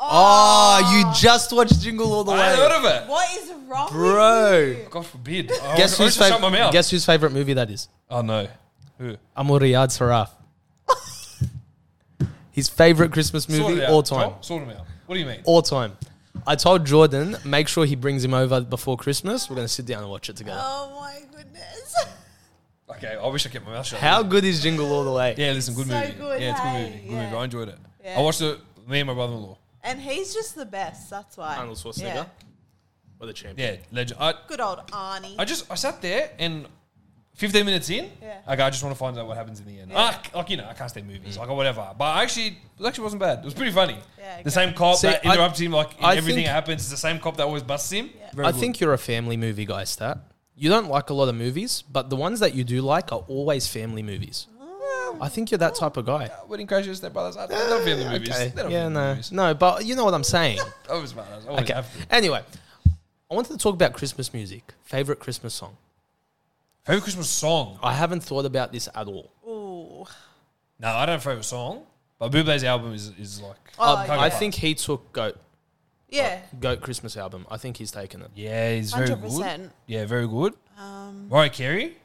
S1: Oh, you just watched Jingle All the
S2: I hadn't heard
S1: Way,
S2: of it.
S3: What is wrong
S1: bro.
S3: with you?
S2: God forbid. Oh, I
S1: Guess
S2: was- I
S1: whose
S2: was just shut my
S1: favorite?
S2: mouth.
S1: Guess whose favorite movie that is?
S2: oh no. Who?
S1: Amor Riyad Saraf. His favorite Christmas
S2: Sort
S1: movie
S2: it out.
S1: all time.
S2: Tom, Sort them out. What do you mean?
S1: All time. I told Jordan, make sure he brings him over before Christmas. We're gonna sit down and watch it together.
S3: Oh my goodness.
S2: Okay, I wish I kept my mouth shut.
S1: How good is Jingle All the Way?
S2: Yeah, listen, good
S3: So
S2: movie.
S3: good,
S2: yeah, it's a good
S3: hey,
S2: movie. Good
S3: yeah.
S2: movie. I enjoyed it.
S3: Yeah.
S2: I watched it. Me and my brother-in-law.
S3: and he's just the best. That's why.
S1: Arnold Schwarzenegger,
S3: Yeah.
S1: or the champion.
S2: Yeah, legend. I,
S3: Good old Arnie.
S2: I just I sat there and 15 minutes in,
S3: Yeah.
S2: like I just want to find out what happens in the end.
S3: Yeah.
S2: Like, like you know, I can't stand movies, like or whatever. But I actually, it actually wasn't bad. It was pretty funny.
S3: Yeah, okay.
S2: The same cop
S1: See,
S2: that
S1: I-
S2: interrupts him, like in
S1: I
S2: everything
S1: think-
S2: that happens, it's the same cop that always busts him.
S3: Yeah.
S2: Very
S1: I
S2: good.
S1: think you're a family movie guy, Stat. You don't like a lot of movies, but the ones that you do like are always family movies.
S2: Oh.
S1: I think you're that type of guy.
S2: Uh, Wedding Crashers, Their Brothers. I I don't feel the movies.
S1: Okay.
S2: They don't
S1: Yeah,
S2: feel the
S1: no.
S2: movies.
S1: No, but you know what I'm saying.
S2: I was mad. I was always
S1: okay.
S2: have to.
S1: Anyway, I wanted to talk about Christmas music. Favorite Christmas song?
S2: Favorite Christmas song?
S1: I haven't thought about this at all. Oh,
S3: Ooh.
S2: No, I don't have a favorite song, but Bublé's album is is like.
S3: Oh,
S1: Um,
S3: yeah.
S1: I think he took Goat,
S3: Yeah.
S1: Goat Christmas album. I think he's taken it.
S2: Yeah, he's very good.
S3: 100%.
S2: Yeah, very good. Um, Mariah Carey.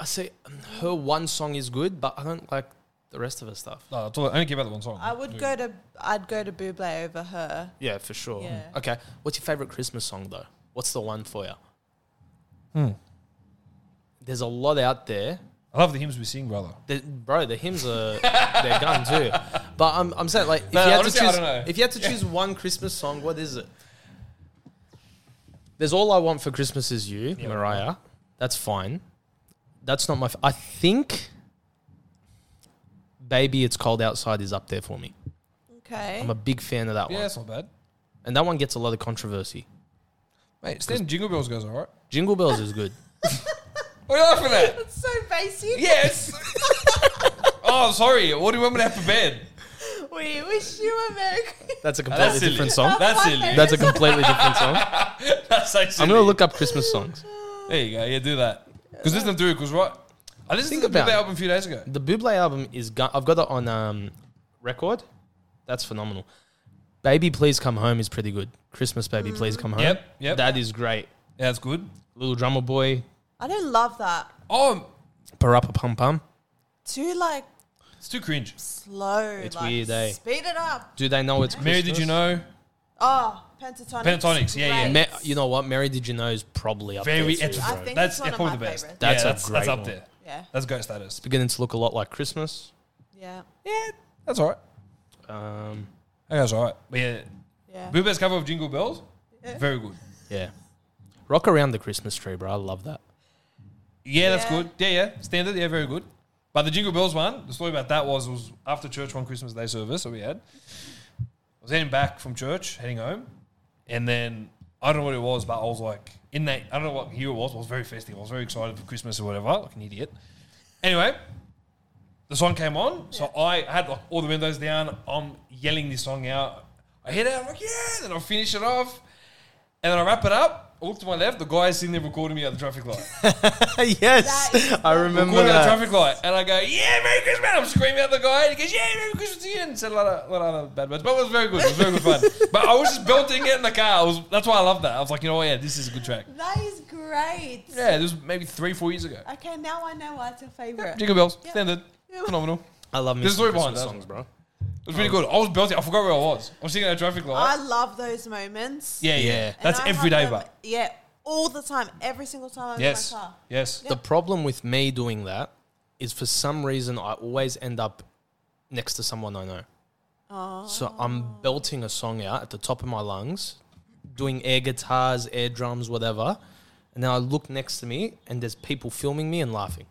S1: I say um, her one song is good, but I don't like the rest of her stuff.
S2: No, I thought- I only care about the one song.
S3: I would go to I'd go to Buble over her.
S1: Yeah, for sure.
S3: Yeah.
S1: Okay, what's your favorite Christmas song though? What's the one for you? Hmm. There's a lot out there.
S2: I love the hymns we sing, brother.
S1: The, bro, the hymns are they're gone too. But I'm, I'm saying like if
S2: No,
S1: you had
S2: honestly,
S1: to
S2: I
S1: choose
S2: don't know.
S1: if you had to choose one Christmas song, what is it? There's all I want for Christmas is you, Mariah. That's fine. That's not my. F- I think, baby, it's cold outside is up there for me.
S3: Okay.
S1: I'm a big fan of that
S2: Yeah,
S1: one,
S2: that's not bad.
S1: and that one gets a lot of controversy.
S2: Mate, Stan Jingle Bells goes all right.
S1: Jingle bells is good.
S2: What are you laughing at?
S3: That's so basic.
S2: yes. oh, sorry. What do you want me to have for bed?
S3: We wish you a merry Christmas.
S1: That's a completely
S2: That's silly.
S1: different song.
S2: That's
S3: my
S2: silly.
S3: favorite.
S1: That's a completely different song.
S2: That's so silly.
S1: I'm gonna look up Christmas songs.
S2: There you go. Yeah, do that. Because listen to it. Because right, I listened
S1: Think
S2: to the
S1: about
S2: Bublé
S1: it.
S2: album a few days ago.
S1: The Buble album is. Gu- I've got it on um, record. That's phenomenal. Baby, please come home is pretty good. Christmas, baby, please come home.
S2: Mm. Yep, yep.
S1: That is great.
S2: Yeah, that's good.
S1: Little drummer boy,
S3: I don't love that.
S2: Oh,
S1: parappa pum pum.
S3: Too like
S2: it's too cringe.
S3: slow.
S1: It's
S3: like,
S1: weird, eh?
S3: Speed it up.
S1: Do they know it's Christmas?
S2: Mary, did you know?
S3: Oh, pentatonics.
S2: Pentatonics, yeah, yeah.
S3: Great.
S1: Ma- you know what? Mary, did you know is probably up
S2: Very
S1: there. Too.
S2: epic.
S3: I think
S2: That's
S3: it's one
S2: yeah,
S3: of
S2: probably
S3: my
S2: the best.
S3: favourites.
S2: Yeah,
S1: That's a
S2: that's, that's
S1: great
S2: up
S1: one.
S2: there.
S3: Yeah.
S2: That's goat status.
S1: Beginning to look a lot like Christmas.
S3: Yeah.
S2: Yeah, that's all right.
S1: Um,
S2: That goes all right. But yeah,
S3: Yeah.
S2: Boo Bear's cover of Jingle Bells, very good.
S1: yeah. Rock around the Christmas tree, bro. I love that.
S2: Yeah, that's
S3: Yeah.
S2: good. Yeah, yeah, standard. Yeah, very good. But the Jingle Bells one, the story about that was it was after church one Christmas Day service that we had. I was heading back from church, heading home, and then I don't know what it was, but I was like in that I don't know what year it was. But I was very festive. I was very excited for Christmas or whatever, like an idiot. Anyway, the song came on, so I had like, all the windows down. I'm yelling this song out. I hit it. I'm like, yeah. Then I finish it off, and then I wrap it up. I look to my left. The guy is sitting there recording me at the traffic light.
S1: yes,
S3: That is
S1: I remember
S2: Corner at the
S1: that.
S2: traffic light, and I go, "Yeah, Merry Christmas!" I'm screaming at the guy, and he goes, "Yeah, Merry Christmas to you!" and said a lot of, lot of other bad words, but it was very good. It was very good fun. but I was just belting it in the car. I was, that's why I love that. I was like, you know what? Yeah, this is a good track.
S3: That is great.
S2: Yeah, this was maybe three, four years ago.
S3: Okay, now I know why it's your favorite.
S2: Jingle bells,
S3: Yeah.
S2: standard,
S3: Yeah.
S2: phenomenal.
S1: I love me
S2: There's
S1: some
S2: three behind
S1: Christmas
S2: that.
S1: songs, bro.
S2: It was
S1: Oh.
S2: really good. I was belting. I forgot where I was. I was sitting at a traffic
S3: I
S2: light.
S3: love those moments.
S2: Yeah, yeah,
S1: Yeah.
S3: And
S2: that's
S3: I
S2: every
S3: have
S2: day,
S3: them-
S2: but
S3: yeah, all the time, every single time I'm
S2: yes,
S3: in my car.
S2: yes.
S1: The problem with me doing that is for some reason I always end up next to someone I know. So
S3: Oh.
S1: I'm belting a song out at the top of my lungs, doing air guitars, air drums, whatever. And then I look next to me and there's people filming me and laughing.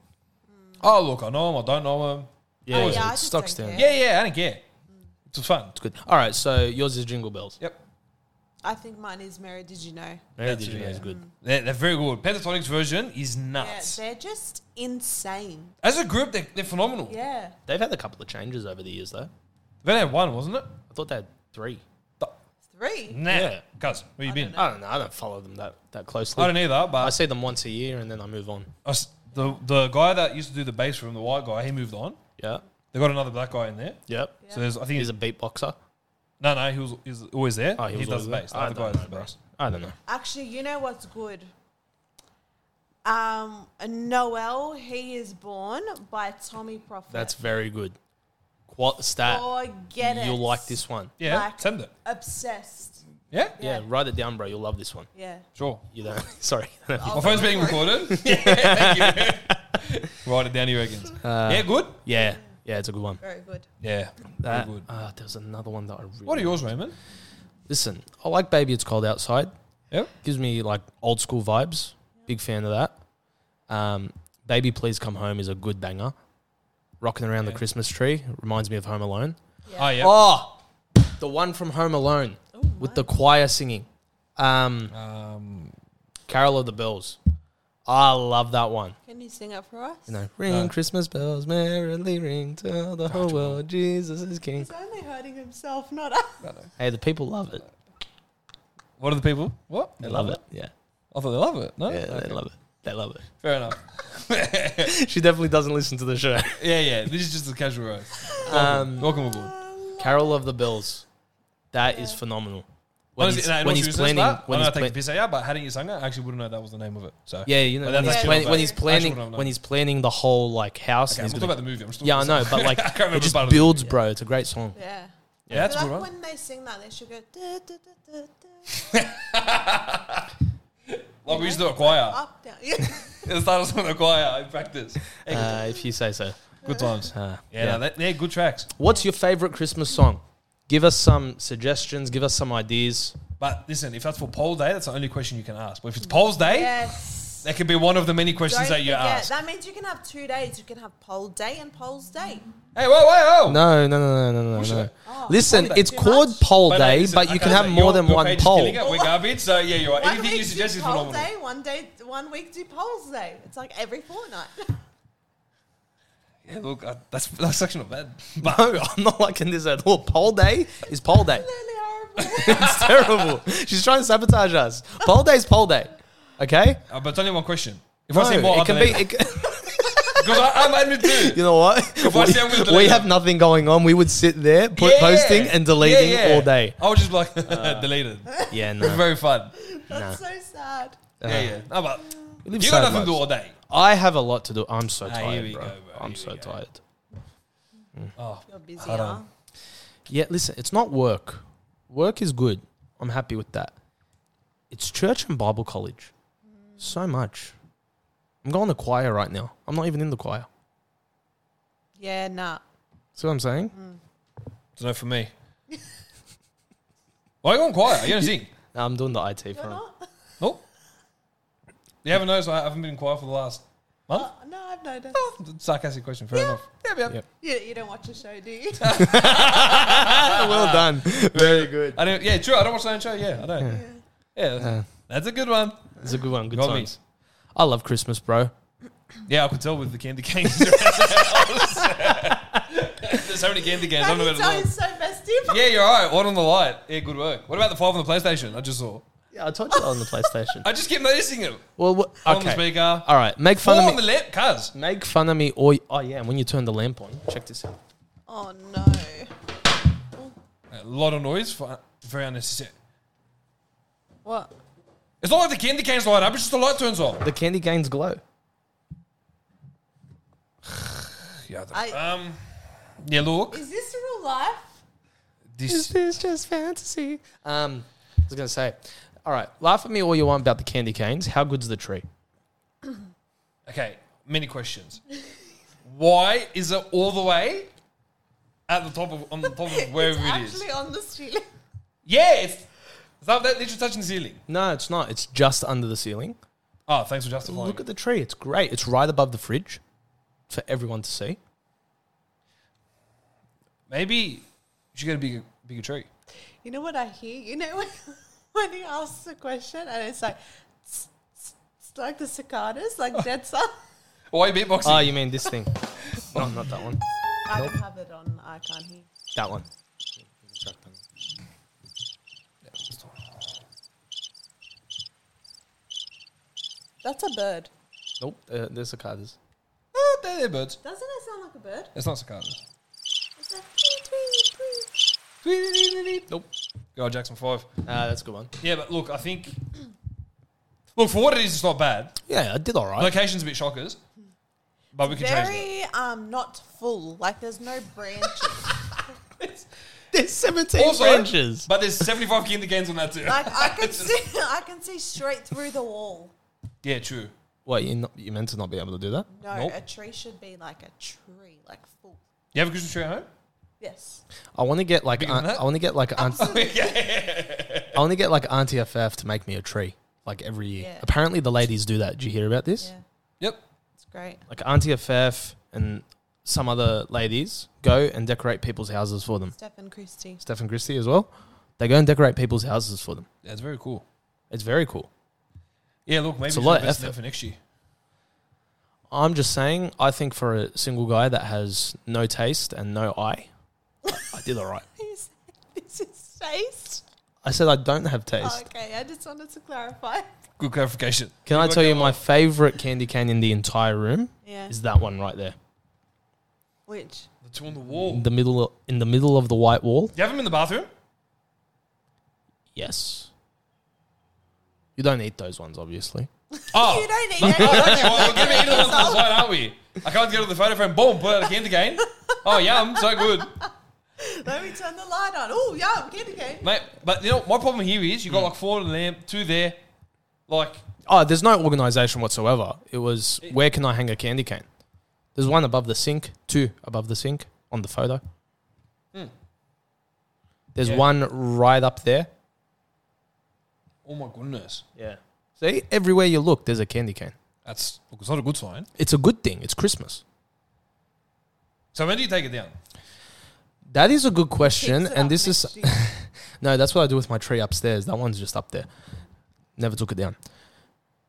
S2: Oh look, I know him. I don't know him.
S1: Yeah,
S3: Oh, yeah, I
S1: it's
S3: just
S1: stock
S3: don't
S1: standard.
S3: care.
S2: Yeah, yeah. I don't care. It's
S3: Mm.
S2: fun.
S1: It's good. All right, so yours is Jingle Bells.
S2: Yep.
S3: I think mine is Mary. Did you know?
S1: Mary
S2: That's
S1: Did You
S2: it,
S1: Know
S2: yeah.
S1: is
S3: Mm.
S1: good.
S2: They're, they're very good. Pentatonic's version is
S3: Yeah,
S2: nuts.
S3: they're just insane.
S2: As a group, they're, they're phenomenal.
S3: Yeah.
S1: They've had a couple of changes over the years, though.
S2: They only had one, wasn't it?
S1: I thought they had three.
S3: Three.
S2: Nah.
S1: Yeah.
S2: Cuz, where you been?
S3: don't know.
S1: I don't know. I don't follow them that, that closely.
S2: I
S1: I,
S2: don't either, but
S1: see them once a year and then I move on.
S2: I s- the, the guy that used to do the bass room, the white guy, he moved on.
S1: Yeah.
S2: They got another black guy in there.
S1: Yep.
S2: So there's, I think,
S1: He's
S2: he's
S1: a beatboxer.
S2: no, no, he was he's always there.
S1: Oh, he
S2: he
S1: was
S2: does the
S1: always
S2: bass. The
S1: there?
S2: other
S1: I
S2: guy
S1: don't
S2: does the
S1: know,
S2: bass.
S1: I don't know.
S3: Actually, you know what's good? Um, Noel, he is born by Tommy Prophet.
S1: That's very good. Qual-
S2: Uh,
S1: stat.
S3: Forget Oh, it.
S1: You'll like this one.
S2: Yeah,
S3: Like-
S2: send it.
S3: Obsessed.
S2: Yeah,
S1: Yeah.
S3: Yeah.
S1: write it down, bro. You'll love this one.
S3: Yeah.
S2: sure.
S1: You don't. Sorry.
S2: My phone's being recorded. Thank you. Write it down, you reckon?
S1: Uh,
S2: yeah, good.
S1: yeah. Yeah, it's a good one.
S3: Very good.
S2: Yeah,
S1: That,
S2: very good.
S1: Ah, there was another one that I really.
S2: What are yours, Raymond?
S1: Listen, I like Baby It's Cold Outside.
S2: Yep.
S1: Gives me like old school vibes. Big fan of that. Um, Baby Please Come Home is a good banger. Rocking around the
S2: Yeah.
S1: Christmas tree reminds me of Home Alone.
S2: Oh yeah.
S1: Oh, the one from Home Alone with the choir singing. Um,
S2: Um,
S1: Carol of the Bells. Ah, I love that one. Uh,
S3: Can you sing it for us?
S1: You know, ring
S2: No.
S1: Christmas bells merrily ring, tell the whole world Jesus is king.
S3: He's only hurting himself, not us.
S1: Hey, the people love it.
S2: what are the people? What
S1: They love it. Yeah,
S2: I thought they love it. No,
S1: yeah,
S2: Okay.
S1: they love it. They love it.
S2: Fair enough.
S1: She definitely doesn't listen to the show.
S2: Yeah, yeah. This is just a casual uh, roast.
S1: Um,
S2: Welcome aboard.
S1: Carol of the Bells. That is phenomenal. When
S2: Honestly,
S1: he's,
S2: no, in all
S1: when he's
S2: seriousness,
S1: planning,
S2: that-
S1: when
S2: I know
S1: he's
S2: I take
S1: pla-
S2: the piss out, but hadn't you sung that, I actually wouldn't know that was the name of it. So
S1: yeah, you know,
S2: But
S1: when he's,
S2: that's actually
S1: plan-
S2: not
S1: when
S2: bad.
S1: he's
S2: Actually not
S1: planning,
S2: bad.
S1: when he's planning the whole like house.
S2: Okay,
S1: and
S2: we'll
S1: he's
S2: talk
S1: gonna-
S2: about the movie. I'm still
S1: yeah, I know, but like
S2: I can't remember
S1: it just
S2: part of it.
S1: builds, bro. It's a great song.
S3: Yeah.
S2: Yeah, that's a
S3: I
S2: good
S3: like
S2: one.
S3: when they sing that, they should go. "Da, da, da, da, da,"
S2: Like we used to do a choir.
S3: up down. Yeah.
S2: It started with a choir in practice. Hey, good-
S1: Uh, if you say so.
S2: good times.
S1: Uh,
S2: Yeah, no, that, they're good tracks.
S1: What's your favorite Christmas song? Give us some suggestions. Give us some ideas.
S2: But listen, if that's for poll day, that's the only question you can ask. But if it's polls day,
S3: yes.
S2: that could be one of the many questions that you
S3: forget,
S2: ask.
S3: That means you can have two days. You can have poll day and polls day.
S2: hey, whoa, whoa, whoa!
S1: No, no, no, no, no, no,
S2: Push
S1: no.
S2: it.
S3: Oh,
S1: Listen,
S3: poll day.
S1: it's
S3: Too
S1: called
S3: much.
S1: poll
S2: no,
S1: day,
S2: listen,
S1: but
S2: I
S1: you
S2: can't
S1: can have
S2: say-
S1: more
S2: your-
S1: than
S2: your
S1: one
S2: page is
S1: poll.
S2: killing it. We're garbage, so yeah, you're right.
S3: One
S2: Anything
S3: week
S2: you
S3: do
S2: suggest is
S3: poll
S2: phenomenal.
S3: day, one day, one week do polls day. It's like every fortnight.
S2: Yeah, look, I, that's that's actually not bad.
S1: No, I'm not liking this at all. Poll day is poll day.
S3: Absolutely horrible.
S1: it's terrible. She's trying to sabotage us. Poll day's poll day. Okay?
S2: Uh, but it's only one question. If
S1: No,
S2: I say more,
S1: it can be. It can,
S2: because I'm admin too.
S1: you know what?
S2: I say I'm gonna
S1: We,
S2: delete
S1: we
S2: it.
S1: have nothing going on. We would sit there put
S2: Yeah.
S1: posting and deleting
S2: Yeah, yeah.
S1: all day.
S2: I was just like deleted.
S1: Yeah, no.
S2: It's very fun.
S1: Uh-huh.
S3: That's so sad.
S2: yeah, yeah. No, but
S1: We
S2: you
S1: live
S2: got
S1: sad
S2: nothing to do
S1: lives.
S2: all day.
S1: I have a lot to do. I'm so
S2: Ah, here
S1: tired,
S2: we
S1: bro.
S2: go, bro.
S1: I'm
S2: Here
S1: so
S2: we go.
S1: tired.
S2: Oh,
S3: You're busy,
S2: Hold
S3: huh?
S2: on.
S1: Yeah, listen, it's not work. Work is good. I'm happy with that. It's church and Bible college. So much. I'm going to choir right now. I'm not even in the choir.
S3: Yeah, nah.
S1: See what I'm saying?
S2: it's no for me. Why are you going quiet? You don't sing.
S1: No, I'm doing the IT
S3: You're
S1: for him.
S3: not?
S2: Nope. You haven't noticed I haven't been quiet for the last month.
S3: Oh, no, I've noticed.
S2: Sarcastic question. Fair enough.
S1: Yep.
S3: You, you don't watch the show, do you?
S1: well done. Very good.
S2: I don't. Yeah, true. I don't watch the own show. Yeah, I don't. Yeah,
S1: Uh.
S2: that's a good one.
S1: It's a good one. Good
S2: Got me.
S1: times. I love Christmas, bro.
S2: Yeah, I could tell with the candy canes. around the house. There's so many candy canes. I don't know
S3: That
S2: where
S3: is
S2: to look.
S3: so festive.
S2: Yeah, you're right. One on the light. Yeah, good work. What about the five on the PlayStation? I just saw.
S1: Yeah, I told you that on the PlayStation.
S2: I just keep noticing them.
S1: Well, what,
S2: On the
S1: okay.
S2: speaker.
S1: All right, make
S2: Four
S1: fun
S2: on
S1: of
S2: the
S1: me.
S2: left. Cuz.
S1: Make fun of me, or oh yeah, and when you turn the lamp on, check this out.
S3: Oh no.
S2: A lot of noise. For, very unnecessary.
S3: What?
S2: It's not like the candy canes light up. It's just the light turns on.
S1: The candy canes glow.
S2: Yeah. I
S3: I-
S2: don't- um. Yeah. Look.
S3: Is this real life?
S2: This.
S1: is just fantasy. Um, I was gonna say, all right, laugh at me all you want about the candy canes. How good's the tree?
S2: Okay. Many questions. Why is it all the way at the top of on the top of wherever
S3: it's
S2: it is?
S3: actually on the ceiling.
S2: Yeah. It's. It's not that literally touching the ceiling.
S1: No, it's not. It's just under the ceiling.
S2: Oh, thanks for justifying.
S1: Look
S2: it.
S1: at the tree. It's great. It's right above the fridge for everyone to see.
S2: Maybe you should get a bigger bigger tree.
S3: You know what I hear? You know when, when he asks a question and it's like, "Tss, tss, tss," like the cicadas, like that's up.
S2: Why are you beatboxing?
S1: Oh, you mean this thing? no, not that one.
S3: I don't have it on. I can't hear.
S1: That one.
S3: That's a bird.
S1: Nope. Uh, there's cicadas.
S2: Oh, they're, they're birds.
S3: Doesn't it sound like a bird?
S2: It's not cicadas.
S3: It's like tweet, tweet, tweet.
S1: Nope.
S2: Go Jackson Five.
S1: Uh, that's a good one.
S2: Yeah, but look, I think. Look for what it is, it's not bad.
S1: Yeah, I did all right.
S2: Location's a bit shockers, but we can change
S3: Very um, not full. Like there's no branches.
S1: there's 17
S2: that. Also,
S1: branches.
S2: but there's 75 candy games on that too.
S3: like I can see, I can see straight through the wall.
S2: Yeah, true.
S1: Wait, you're, not, you're meant to not be able to do that?
S3: No,
S2: Nope.
S3: a tree should be like a tree, like full.
S2: You have a Christmas tree at home?
S3: Yes.
S1: I want to get like
S2: Bigger
S1: aunt,
S2: than that?
S1: I want to get like aunt,
S2: yeah.
S1: I want to get like Auntie FF to make me a tree like every year.
S3: Yeah.
S1: Apparently, the ladies do that. Did you hear about this?
S3: Yeah.
S2: Yep.
S3: It's great.
S1: Like Auntie FF and some other ladies go and decorate people's houses for them.
S3: Stephen Christie.
S1: Stephen Christie as well. They go and decorate people's houses for them.
S2: That's very cool.
S1: It's very cool.
S2: Yeah, look, maybe
S1: It's
S2: it's
S1: a lot of
S2: invest in
S1: effort.
S2: that for next year.
S1: I'm just saying, I think for a single guy that has no taste and no eye, I, I did all right.
S3: He's, this is taste.
S1: I said I don't have taste.
S3: Oh, okay, I just wanted to clarify.
S2: Good clarification.
S1: Can I
S2: Good
S1: tell you
S2: workout.
S1: my favorite candy cane in the entire room
S3: Yeah.
S1: is that one right there,
S3: Which?
S2: The two on the wall.
S1: in the middle in the middle of the white wall.
S2: You have them in the bathroom?
S1: Yes. You don't eat those ones, obviously.
S2: Oh.
S3: You don't need
S2: Oh,
S3: that.
S2: that's why we're giving it to them last night, aren't we? I can't get it on the photo frame. Boom, put out a candy cane. Oh, yum, so good.
S3: Let me turn the light on. Oh, yum, candy cane.
S2: Mate, but you know, my problem here is
S1: Hmm.
S2: you got like four in the lamp, two there. Like,
S1: Oh, there's no organization whatsoever. It was where can I hang a candy cane? There's one above the sink, two above the sink on the photo. Hmm. There's
S2: Yeah.
S1: one right up there.
S2: oh my goodness.
S1: Yeah. See, everywhere you look, there's a candy cane.
S2: That's look, it's not a good sign.
S1: It's a good thing. It's Christmas.
S2: So when do you take it down?
S1: That is a good question,
S3: Picks it up
S1: and this
S3: next
S1: is
S3: year.
S1: no. That's what I do with my tree upstairs. That one's just up there. Never took it down.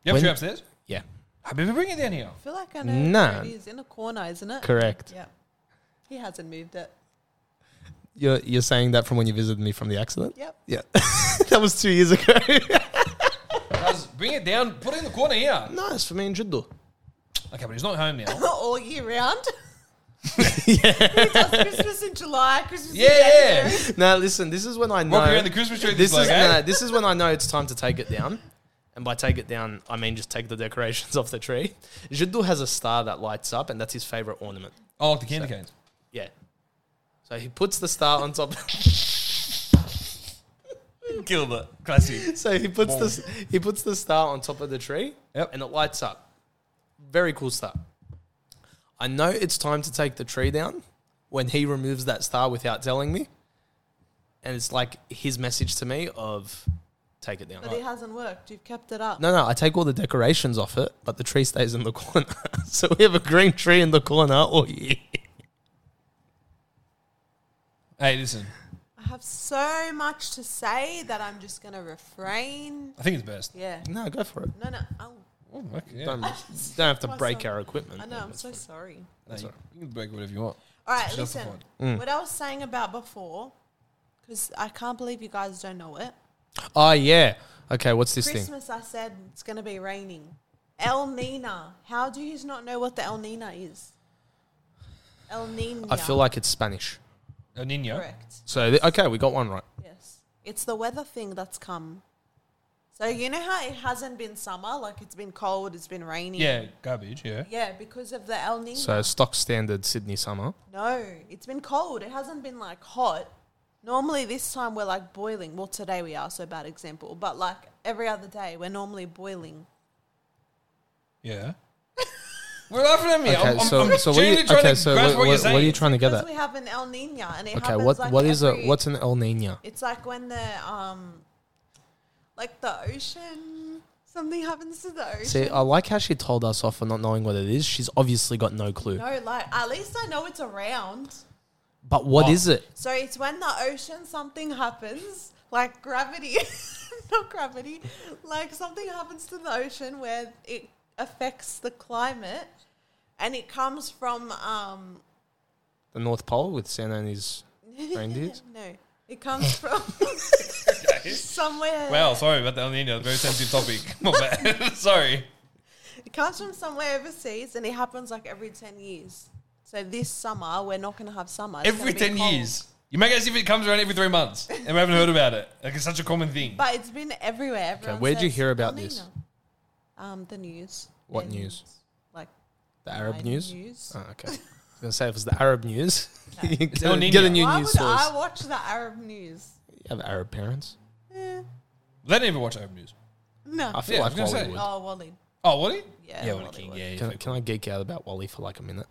S2: You have
S1: When-
S2: a tree upstairs?
S1: Yeah,
S2: Have you bring it down here?
S3: I feel like I know
S1: Nah.
S3: where it is in a corner, isn't it?
S1: correct.
S3: Yeah. He hasn't moved it.
S1: You're you're saying that from when you visited me from the accident.
S3: Yep.
S1: Yeah, that was two years ago.
S2: Guys, bring it down, put it in the corner here.
S1: no, it's for me and Jiddu.
S2: Okay, but he's not home now.
S3: All year round. yeah. He does Christmas in July, Christmas
S2: Yeah,
S3: in January.
S2: yeah.
S1: No, listen. This is when I know.
S2: Walking around the Christmas tree.
S1: this is
S2: like, eh?
S1: no, this is when I know it's time to take it down, and by take it down, I mean just take the decorations off the tree. Jiddu has a star that lights up, and that's his favorite ornament.
S2: I like Oh, the candy canes.
S1: Yeah. So he puts the star on top.
S2: Killed it. Classic.
S1: So he puts this he puts the star on top of the tree
S2: Yep.
S1: and it lights up. Very cool star. I know it's time to take the tree down when he removes that star without telling me. And it's like his message to me of take it down.
S3: But it hasn't worked. You've kept it up.
S1: No, no, I take all the decorations off it, but the tree stays in the corner. so we have a green tree in the corner all year.
S2: Hey, listen.
S3: I have so much to say that I'm just going to refrain.
S2: I think it's best.
S3: Yeah.
S1: No, go for it.
S3: No, no. I'll,
S2: Oh, okay, yeah.
S1: Don't, don't have to break
S3: Myself.
S1: our equipment.
S3: I know. I'm so sorry.
S2: No, you, you can break whatever you want.
S3: All right, listen.
S2: Justified.
S1: Mm.
S3: What I was saying about before, because I can't believe you guys don't know it.
S1: Oh yeah. Okay, what's this thing?
S3: Christmas, I said it's going to be raining. El Nina. How do you not know what the El Nina is? El Nina.
S1: I feel like it's Spanish.
S2: El Nino.
S3: correct.
S1: So th- okay, we got one right.
S3: Yes, it's the weather thing that's come. So you know how it hasn't been summer, like it's been cold, it's been raining.
S2: Yeah, garbage. Yeah.
S3: Yeah, because of the El Nino.
S1: So stock standard Sydney summer.
S3: no, it's been cold. It hasn't been like hot. Normally this time we're like boiling. Well, today we are, so bad example. But like every other day, we're normally boiling.
S2: Yeah. We're laughing at me.
S1: Okay,
S2: I'm, I'm,
S1: so
S2: I'm
S1: so what are
S2: genuinely
S1: you,
S2: trying
S1: okay,
S2: to
S1: so
S2: grasp
S1: what,
S2: what, you're
S1: what,
S2: saying.
S1: what are you trying to get
S3: Because
S1: at?
S3: we have an El Nino, and it
S1: Okay,
S3: happens
S1: what
S3: like
S1: what is a
S3: every-
S1: what's an El Nino?
S3: It's like when the um, like the ocean, something happens to the ocean.
S1: See, I like how she told us off for not knowing what it is. She's obviously got no clue.
S3: No, like at least I know it's around.
S1: But what
S2: Oh.
S1: is it?
S3: So it's when the ocean something happens, like gravity, not gravity, like something happens to the ocean where it affects the climate, and it comes from um
S1: The North Pole with San Annie's reindeers.
S3: no, it comes from somewhere.
S2: Wow, sorry about the El Nino. Very sensitive topic. My bad. sorry.
S3: it comes from somewhere overseas, and it happens like every ten years. So this summer we're not going to have summer. It's
S2: Every
S3: gonna
S2: 10
S3: be cold.
S2: years. You make it as if it comes around every three months and we haven't heard about it. Like it's such a common thing.
S3: But it's been everywhere. Everyone
S1: where'd you
S3: says,
S1: hear about
S3: "El
S1: this?"
S3: Nino." Um, the news.
S1: What
S3: and,
S1: news?
S3: Like
S1: The Arab
S3: Nine
S1: news. Oh, okay. I was gonna say if it's the Arab news, you get,
S2: El
S1: a-
S2: Niño.
S1: get a new
S3: Why
S1: news
S3: would
S1: source.
S3: I watch the Arab news?
S1: you have Arab parents.
S3: Eh,
S2: They don't even watch Open News.
S3: no.
S1: I feel
S2: Yeah, I
S1: like
S2: was gonna
S1: Wally
S2: say.
S1: would.
S3: oh, Wally.
S2: Oh, Wally?
S3: Yeah,
S2: Yeah,
S3: Wally
S2: Wally King.
S3: would.
S2: Yeah, yeah.
S1: Can,
S2: fuck.
S1: can I geek out about Wally for like a minute?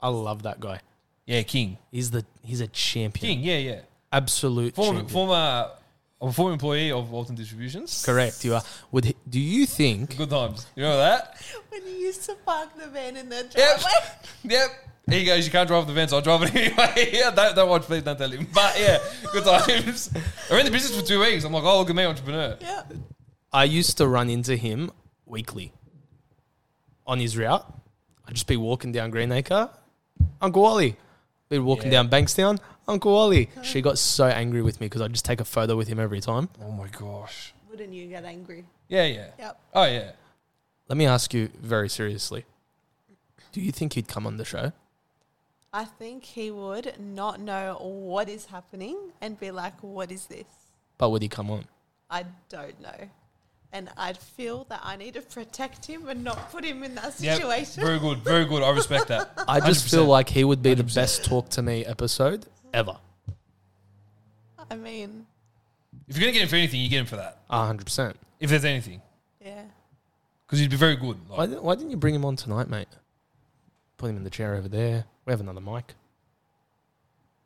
S1: I love that guy.
S2: Yeah, King.
S1: He's the he's a champion.
S2: King, yeah, yeah.
S1: Absolute
S2: Former,
S1: champion.
S2: former, a former employee of Walton Distributions.
S1: Correct. You are. Would he, do you think?
S2: Good times. You remember that?
S3: When he used to park the van in the
S2: Yep.
S3: driveway.
S2: yep. Here you go. You can't drive the van, so I'll drive it anyway. yeah, don't, don't watch, please don't tell him. But yeah, good times. I ran the business for two weeks. I'm like, oh, look at me, entrepreneur.
S3: yeah.
S1: I used to run into him weekly on his route. I'd just be walking down Greenacre, Uncle Wally. Be walking
S2: Yeah.
S1: down Bankstown, Uncle Ollie. She got so angry with me because I just take a photo with him every time.
S2: Oh my gosh.
S3: Wouldn't you get angry?
S2: Yeah, yeah.
S3: Yep.
S2: Oh yeah.
S1: Let me ask you very seriously. Do you think he'd come on the show?
S3: I think he would not know what is happening and be like, what is this?
S1: But would he come on?
S3: I don't know. And I'd feel that I need to protect him and not put him in that
S2: Yeah.
S3: situation.
S2: Very good. Very good. I respect that.
S1: I just feel
S2: 100%.
S1: like he would be the best talk to me episode ever.
S3: I mean,
S2: If you're gonna get him for anything, you get him for that.
S1: A hundred percent.
S2: If there's anything,
S3: yeah.
S2: because he'd be very good. Like,
S1: Why didn't, why didn't you bring him on tonight, mate? Put him in the chair over there. We have another mic.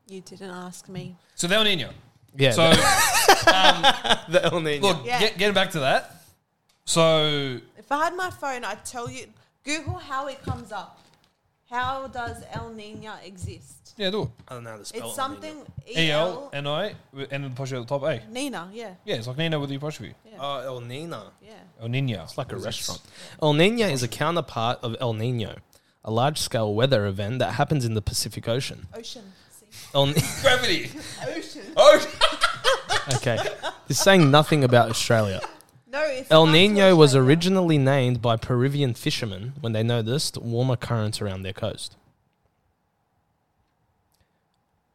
S3: You didn't ask me.
S2: so El Nino.
S1: Yeah.
S2: So
S1: the El Nino.
S2: look,
S3: Yeah.
S2: get, getting back to that. So
S3: If I had my phone, I'd tell you Google how it comes up. How does El Nino exist?
S2: yeah, do
S1: I don't know how to spell
S3: It's
S1: El Niño.
S3: something
S2: it. E L
S3: E-L-
S2: N I and the apostrophe at the top. A.
S3: Nina, yeah,
S2: Yeah, it's like Nino with the apostrophe.
S1: Oh, El Nino.
S3: yeah.
S2: El Nino.
S1: It's like a restaurant. El Nino is a counterpart of El Nino, a large scale weather event that happens in the Pacific Ocean.
S3: Ocean. See?
S1: El Ni-
S2: Gravity.
S3: Ocean.
S2: Oh.
S1: okay. It's saying nothing about Australia.
S3: No, it's
S1: El
S3: not
S1: Nino was
S3: Australia.
S1: originally named by Peruvian fishermen when they noticed warmer currents around their coast.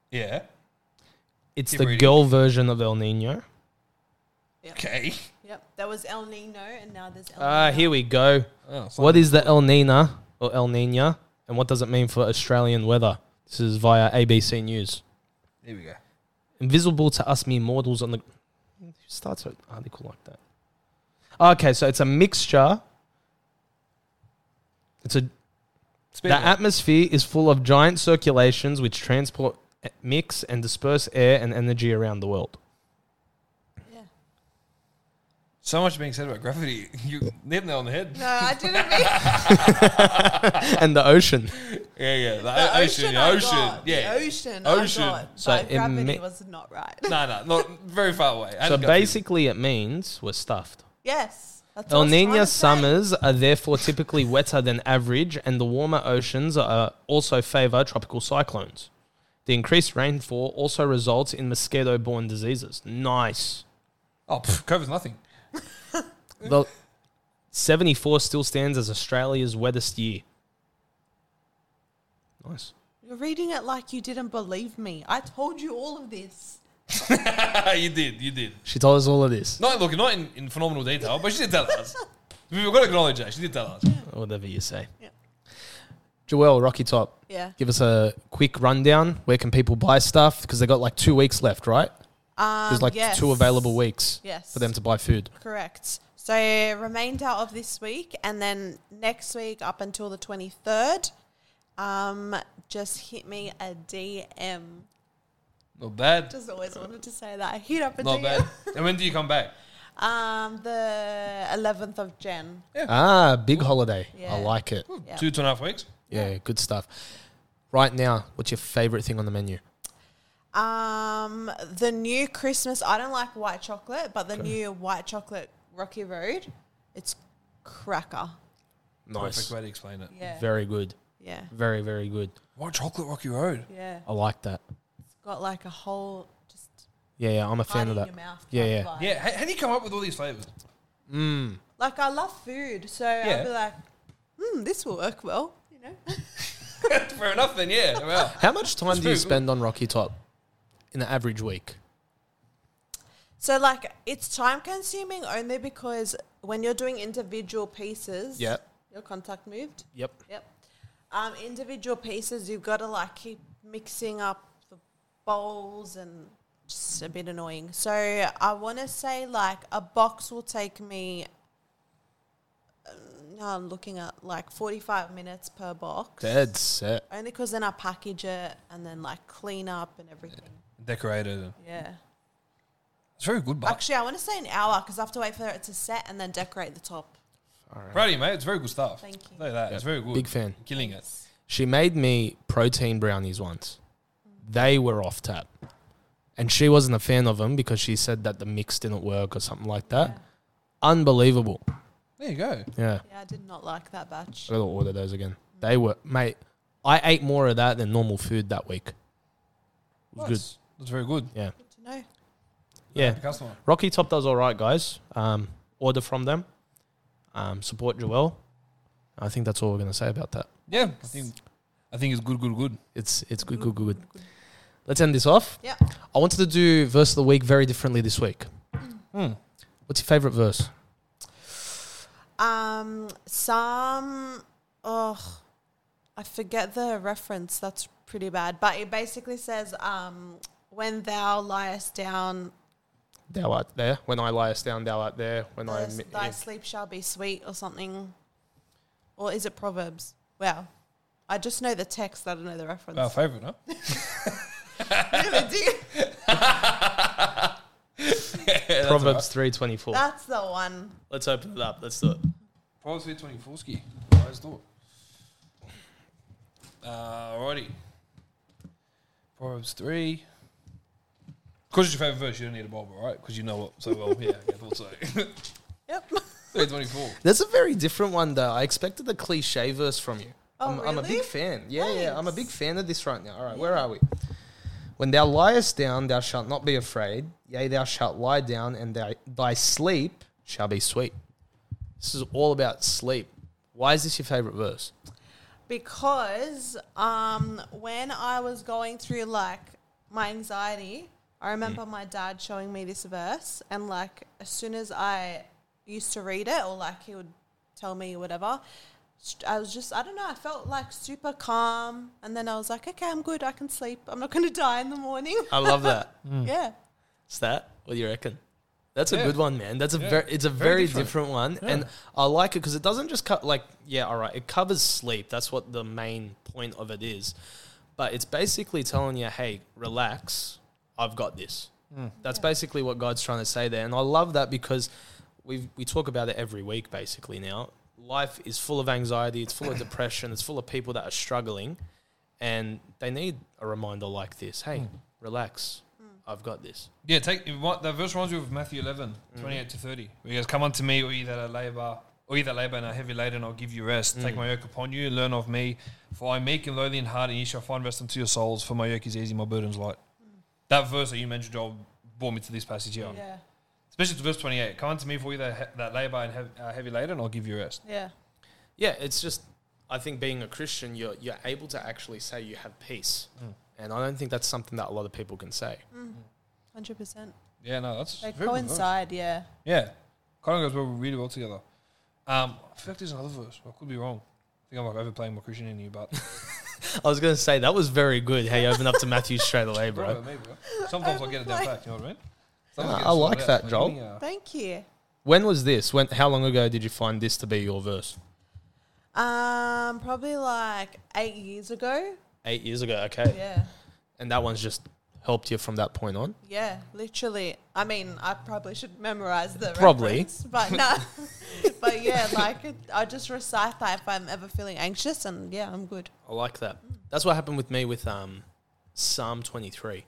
S2: Yeah.
S1: It's
S2: Keep
S1: the
S2: reading.
S1: girl version of El Nino.
S2: Okay.
S3: Yep, there was El Nino, and now there's El
S1: Ah,
S3: Nino.
S1: here we go.
S2: Oh, it's
S1: What is the El Nina or El Nina, and what does it mean for Australian weather? This is via ABC News.
S2: There we go.
S1: Invisible to us mere mortals on the. Who starts an article like that? Okay, so it's a mixture. It's a
S2: Speed
S1: The
S2: up.
S1: atmosphere is full of giant circulations which transport, eh, mix, and disperse air and energy around the world.
S3: Yeah.
S2: So much being said about gravity. You nailed that on the head.
S3: No, I didn't mean
S1: and the ocean.
S2: Yeah, yeah. The,
S3: the
S2: o- ocean.
S3: ocean.
S2: yeah,
S3: I
S2: ocean.
S3: got,
S2: Yeah.
S3: the ocean.
S2: Ocean.
S3: I got,
S1: So
S3: so but
S1: it
S3: gravity
S1: ma-
S3: was not right.
S2: No, no, not very far away. I
S1: So
S2: just got the-
S1: basically, it means we're stuffed.
S3: Yes. That's
S1: El
S3: what I was trying
S1: Nino
S3: to say.
S1: summers are therefore typically wetter than average, and the warmer oceans are also favor tropical cyclones. The increased rainfall also results in mosquito borne diseases. Nice.
S2: Oh, pff, COVID's nothing.
S1: The 74 still stands as Australia's wettest year. Nice.
S3: You're reading it like you didn't believe me. I told you all of this.
S2: you did, you did.
S1: She told us all of this.
S2: Not look, not in, in phenomenal detail, but she did tell us. We've got to acknowledge that she did tell us.
S1: whatever you say.
S3: Yeah.
S1: Joelle, Rocky Top,
S3: Yeah.
S1: give us a quick rundown. Where can people buy stuff? Because they got like two weeks left, right?
S3: Um,
S1: There's like
S3: yes.
S1: two available weeks
S3: Yes.
S1: for them to buy food.
S3: Correct. So remainder of this week, and then next week up until the twenty third. Um, just hit me a DM.
S2: Not bad,
S3: Just always wanted to say that. Hit up a
S2: not
S3: DM.
S2: bad. And when do you come back?
S3: Um, the eleventh of Jan.
S1: Ah, big holiday.
S3: Yeah. Hmm.
S1: I like it.
S3: Yeah.
S2: Two, two and a half weeks.
S1: Yeah, good stuff. Right now, what's your favorite thing on the menu?
S3: Um, the new Christmas. I don't like white chocolate, but the new white chocolate Rocky Road. It's cracker.
S1: Nice.
S2: Perfect way to explain it.
S3: Yeah.
S1: Very good.
S3: yeah.
S1: Very, very good.
S2: White chocolate Rocky Road.
S3: Yeah.
S1: I like that.
S3: It's got like a whole just
S1: Yeah, yeah, I'm a fan
S3: party
S1: of
S3: in
S1: that.
S3: your mouth.
S1: Yeah,
S3: type
S1: yeah.
S3: vibe.
S2: Yeah, how, how do you come up with all these flavors?
S1: Mm.
S3: Like I love food, so
S2: Yeah.
S3: I'll be like, hmm, this will work well. You know.
S2: Fair enough, then. Yeah. Wow.
S1: How much time
S2: That's
S1: do you
S2: very good.
S1: spend on Rocky Top in an average week?
S3: So like it's time consuming only because when you're doing individual pieces,
S1: Yep.
S3: your contact moved.
S1: Yep.
S3: Yep. Um, individual pieces, you've got to like keep mixing up the bowls and just a bit annoying. So I want to say like a box will take me. uh, Now I'm looking at like 45 minutes per box.
S1: Dead set.
S3: Only because then I package it and then like clean up and everything.
S2: Decorated.
S3: Yeah.
S2: It's very good, but
S3: Actually, I want to say an hour because I have to wait for it to set and then decorate the top.
S2: proud of you, mate. It's very good stuff.
S3: Thank you.
S2: Say that. It's very good.
S1: Big fan.
S2: Killing it.
S1: She made me protein brownies once. They were off tap. And she wasn't a fan of them because she said that the mix didn't work or something like that. Unbelievable.
S2: There you go.
S1: Yeah.
S3: Yeah, I did not like that batch.
S1: I gotta order those again. They were, mate, I ate more of that than normal food that week. was
S2: Nice. That's very good.
S1: good. Yeah.
S3: Good to know.
S1: Yeah.
S2: Happy customer.
S1: Rocky Top does all right, guys. Um, order from them. Um, support Joel. I think that's all we're going to say about that.
S2: Yeah. I think I think it's good, good, good.
S1: It's it's good, good, good, good. Let's end this off.
S3: Yeah.
S1: I wanted to do verse of the week very differently this week.
S2: Hmm.
S1: What's your favorite verse?
S3: Um, Psalm. Oh, I forget the reference. That's pretty bad. But it basically says, um, "When thou liest down,
S1: Thou art there. When I liest down, thou art there. When I
S3: thy,
S1: mi-
S3: thy sleep shall be sweet," or something. Or is it Proverbs? Wow. I just know the text. I don't know the reference.
S2: Our favorite, huh?
S3: Really, do you-
S1: Proverbs three twenty four.
S3: That's the one.
S1: Let's open it up. Let's do it.
S2: Proverbs 24 ski. Nice thought. Uh, alrighty. Proverbs 3. Because it's your favorite verse, you don't need a Bible, right? Because you know it so well. yeah, I thought so.
S3: Yep.
S2: 324.
S1: That's a very different one, though. I expected the cliche verse from you.
S3: Oh,
S1: I'm, I'm a
S3: really?
S1: big fan. Yeah, yeah. I'm a big
S3: Thanks.
S1: fan of this right now. All right, where are we? When thou liest down, thou shalt not be afraid. Yea, thou shalt lie down, and thy, thy sleep shall be sweet. This is all about sleep. Why is this your favorite verse?
S3: because um, when I was going through like my anxiety, I remember my dad showing me this verse, and like as soon as I used to read it, or like he would tell me whatever, st- I was just I don't know. I felt like super calm, and then I was like, okay, I'm good. I can sleep. I'm not going to die in the morning.
S1: I love that.
S3: Yeah.
S1: Stat? What do you reckon? That's a
S2: Yeah.
S1: good one, man. That's a
S2: Yeah.
S1: very it's a very,
S2: Very
S1: different.
S2: different.
S1: one, and I like it because it doesn't just cut like yeah, all right, it covers sleep. That's what the main point of it is, but it's basically telling you, hey, relax, I've got this. That's basically what God's trying to say there, and I love that because we we talk about it every week basically now. Life is full of anxiety, it's full of depression, it's full of people that are struggling, and they need a reminder like this. Hey, relax, I've got this.
S2: Yeah, take if what that verse reminds me of Matthew 11,
S3: Mm.
S2: 28 to 30. Where he goes, Come unto me, all ye that are labor, all ye that labor and are heavy laden, I'll give you rest.
S3: Mm.
S2: Take my yoke upon you, learn of me, for I am meek and lowly in heart, and ye shall find rest unto your souls, for my yoke is easy, my burden's light. That verse that you mentioned, Joel, brought me to this passage here.
S3: Yeah.
S2: Especially to verse 28. Come unto me, for all ye that, he- that labor and hev- are heavy laden, I'll give you rest.
S3: Yeah.
S1: Yeah, it's just I think being a Christian, you're you're able to actually say you have peace, and I don't think that's something that a lot of people can say.
S3: Mm. Hundred percent.
S2: Yeah, no, that's.
S3: They
S2: very good verse.
S3: coincide. Yeah.
S2: Yeah. Kind of goes well really well together. Um, I feel like there's another verse. I could be wrong. I think I'm like overplaying my Christian in you, but.
S1: I was gonna say that was very good. How you opened up to Matthew straight away,
S2: Bro, me, bro. Sometimes I get it down
S3: Overplay.
S2: pat, you know what I mean?
S1: Nah,
S2: Sometimes get
S1: I
S2: it
S1: like
S2: sorted
S1: that,
S2: out.
S1: Joel.
S2: Give me, uh,
S3: Thank you.
S1: When was this? When? How long ago did you find this to be your verse?
S3: Um, probably like eight years ago.
S1: Eight years ago. Okay,
S3: Yeah.
S1: and that one's just helped you from that point on.
S3: Yeah, literally. I mean, I probably should memorize the
S1: Probably.
S3: reference, but no. but yeah, like it, I just recite that if I'm ever feeling anxious, and yeah, I'm good.
S1: I like that. That's what happened with me with um, Psalm 23.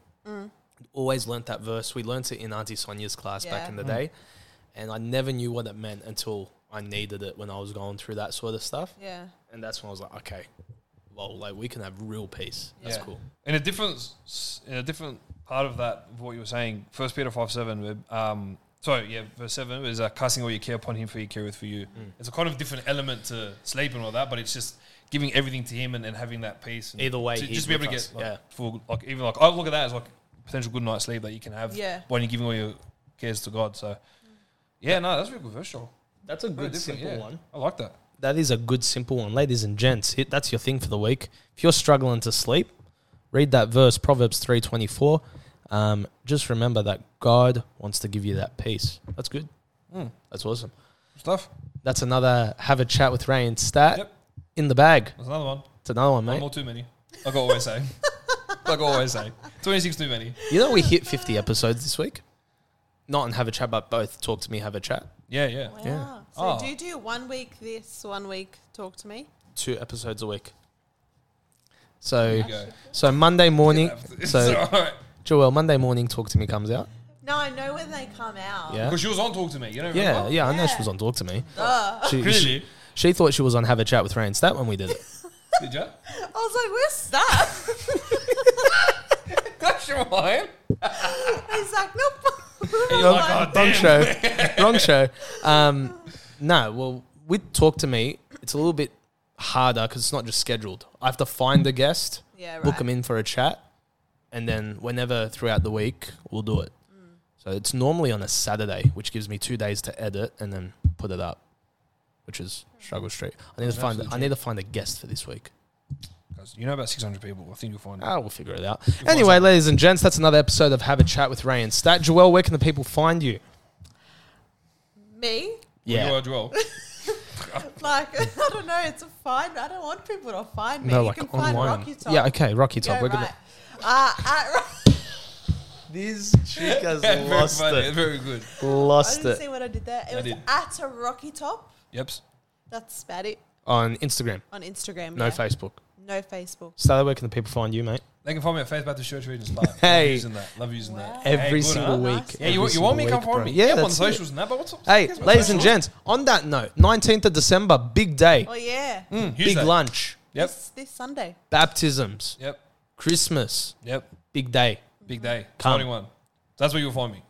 S1: Always learnt that verse. We learnt it in Auntie Sonia's class back
S3: Yeah.
S1: in the day. And I never knew what it meant until I needed it when I was going through that sort of stuff.
S3: Yeah,
S1: And that's when I was like, okay, well, like we can have real peace. That's
S2: Yeah.
S1: cool.
S2: In a different, s- in a different part of that, of what you were saying, First Peter five seven, where, um, sorry, yeah, verse seven is uh, casting all your care upon Him, for He careth for you. It's a kind of different element to sleep and all that, but it's just giving everything to Him and, and having that peace. And
S1: Either way,
S2: to,
S1: he's
S2: just be able to
S1: with
S2: get
S1: us,
S2: like,
S1: yeah.
S2: full, like even like I look at that as like potential good night's sleep that you can have
S3: Yeah.
S2: when you're giving all your cares to God.
S1: Mm.
S2: So, yeah, no, that's a really good verse, Joel.
S1: That's a
S2: Very
S1: good,
S2: different,
S1: simple
S2: yeah.
S1: one.
S2: I like that.
S1: That is a good, simple one. Ladies and gents, hit, that's your thing for the week. If you're struggling to sleep, read that verse, Proverbs 3.24. Um, just remember that God wants to give you that peace. That's good.
S2: Mm.
S1: That's awesome.
S2: Stuff.
S1: That's another have a chat with Ray and Stat
S2: Yep.
S1: in the bag.
S2: There's another one.
S1: It's another one,
S2: One
S1: mate.
S2: more too many. Like I always say. like I always say. 26 too many.
S1: You know we hit fifty episodes this week. Not and have a chat, but both talk to me, have a chat.
S2: Yeah, yeah.
S3: wow.
S1: Yeah.
S3: So
S2: Oh.
S3: do you do one week this, one week talk to me?
S1: Two episodes a week. So
S2: There you go.
S1: so Monday morning.
S2: It's
S1: So
S2: all right.
S1: Joel, Monday morning, talk to me comes out.
S3: No, I know when they come out.
S1: Yeah,
S2: Because she was on Talk to Me. You know
S1: yeah, yeah. I know she
S3: Yeah.
S1: was on talk to me.
S3: Duh.
S1: She, she,
S2: Really?
S1: she thought she was on have a chat with Ray and Stat when we did it.
S2: Did you?
S3: I was like, where's that?
S2: Glass your wine.
S3: He's like, nope.
S2: And you're like, oh, damn.
S1: Wrong show. Wrong show. Um, no, well, with Talk to Me, it's a little bit harder because it's not just scheduled. I have to find the guest,
S3: Yeah,
S1: book
S3: right.
S1: them in for a chat, and then whenever throughout the week, we'll do it. So it's normally on a Saturday, which gives me two days to edit and then put it up, which is struggle straight. I need to find. I need to find a guest for this week.
S2: Guys, You know about 600 people. I think you'll find it.
S1: Ah, we'll figure it out. Anyway, ladies and gents, that's another episode of Have a Chat with Ray and Stat. Joel, where can the people find you?
S3: Me?
S2: You are Joel.
S3: Like, I don't know. It's a find. I don't want people to find me.
S1: No,
S3: you
S1: like
S3: can find
S1: online.
S3: Rocky Top.
S1: Yeah, okay, Rocky
S3: Go
S1: Top. We're
S3: right.
S1: gonna.
S3: Uh, at,
S1: This chick has
S2: very funny. Very good.
S3: I
S1: Lost
S3: didn't see what I did there. It was
S2: did.
S3: at a Rocky Top.
S2: Yep.
S3: That's about it
S1: On Instagram,
S3: on Instagram.
S1: no
S3: yeah.
S1: Facebook.
S3: No Facebook.
S1: Stella, where can the people find you, mate?
S2: They can find me at Faith Baptist Church Regent's Park.
S1: Hey.
S2: Love using that. Love using
S3: Wow.
S2: that. Hey,
S1: Every
S2: good,
S1: single week.
S2: huh?
S3: Nice.
S2: Yeah, you,
S1: every
S2: you want me to
S1: single
S2: come
S1: week, bro.
S2: find me?
S1: Yeah,
S2: I'm on
S1: that's it.
S2: socials and that, but what's up? Mm,
S1: Hey,
S2: Yes, my
S1: ladies and
S2: socials.
S1: gents, on that note, 19th of December, big day,
S3: Oh yeah.
S2: Mm, huge
S1: big
S2: day.
S1: lunch,
S2: Yep.
S3: This, this Sunday.
S1: baptisms,
S2: Yep.
S1: Christmas,
S2: Yep.
S1: big day.
S2: Big day.
S1: Come.
S2: Starting one. That's where you'll find me.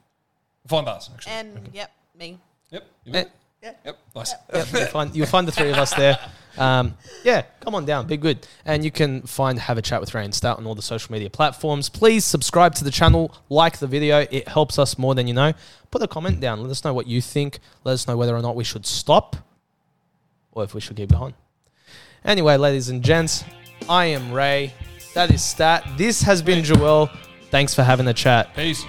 S2: Find us, actually.
S3: And yep, me.
S2: yep. You
S1: Eh,
S2: with it?
S3: Yeah.
S2: Yep. Nice.
S1: yep, you'll, find, you'll find the three of us there. Um, yeah, come on down, be good. And you can find Have a Chat with Ray and Stout on all the social media platforms. Please subscribe to the channel, like the video. It helps us more than you know. Put a comment down. Let us know what you think. Let us know whether or not we should stop or if we should keep going. Anyway, ladies and gents, I am Ray. That is Stat. This has been Joel. Thanks for having a chat.
S2: Peace.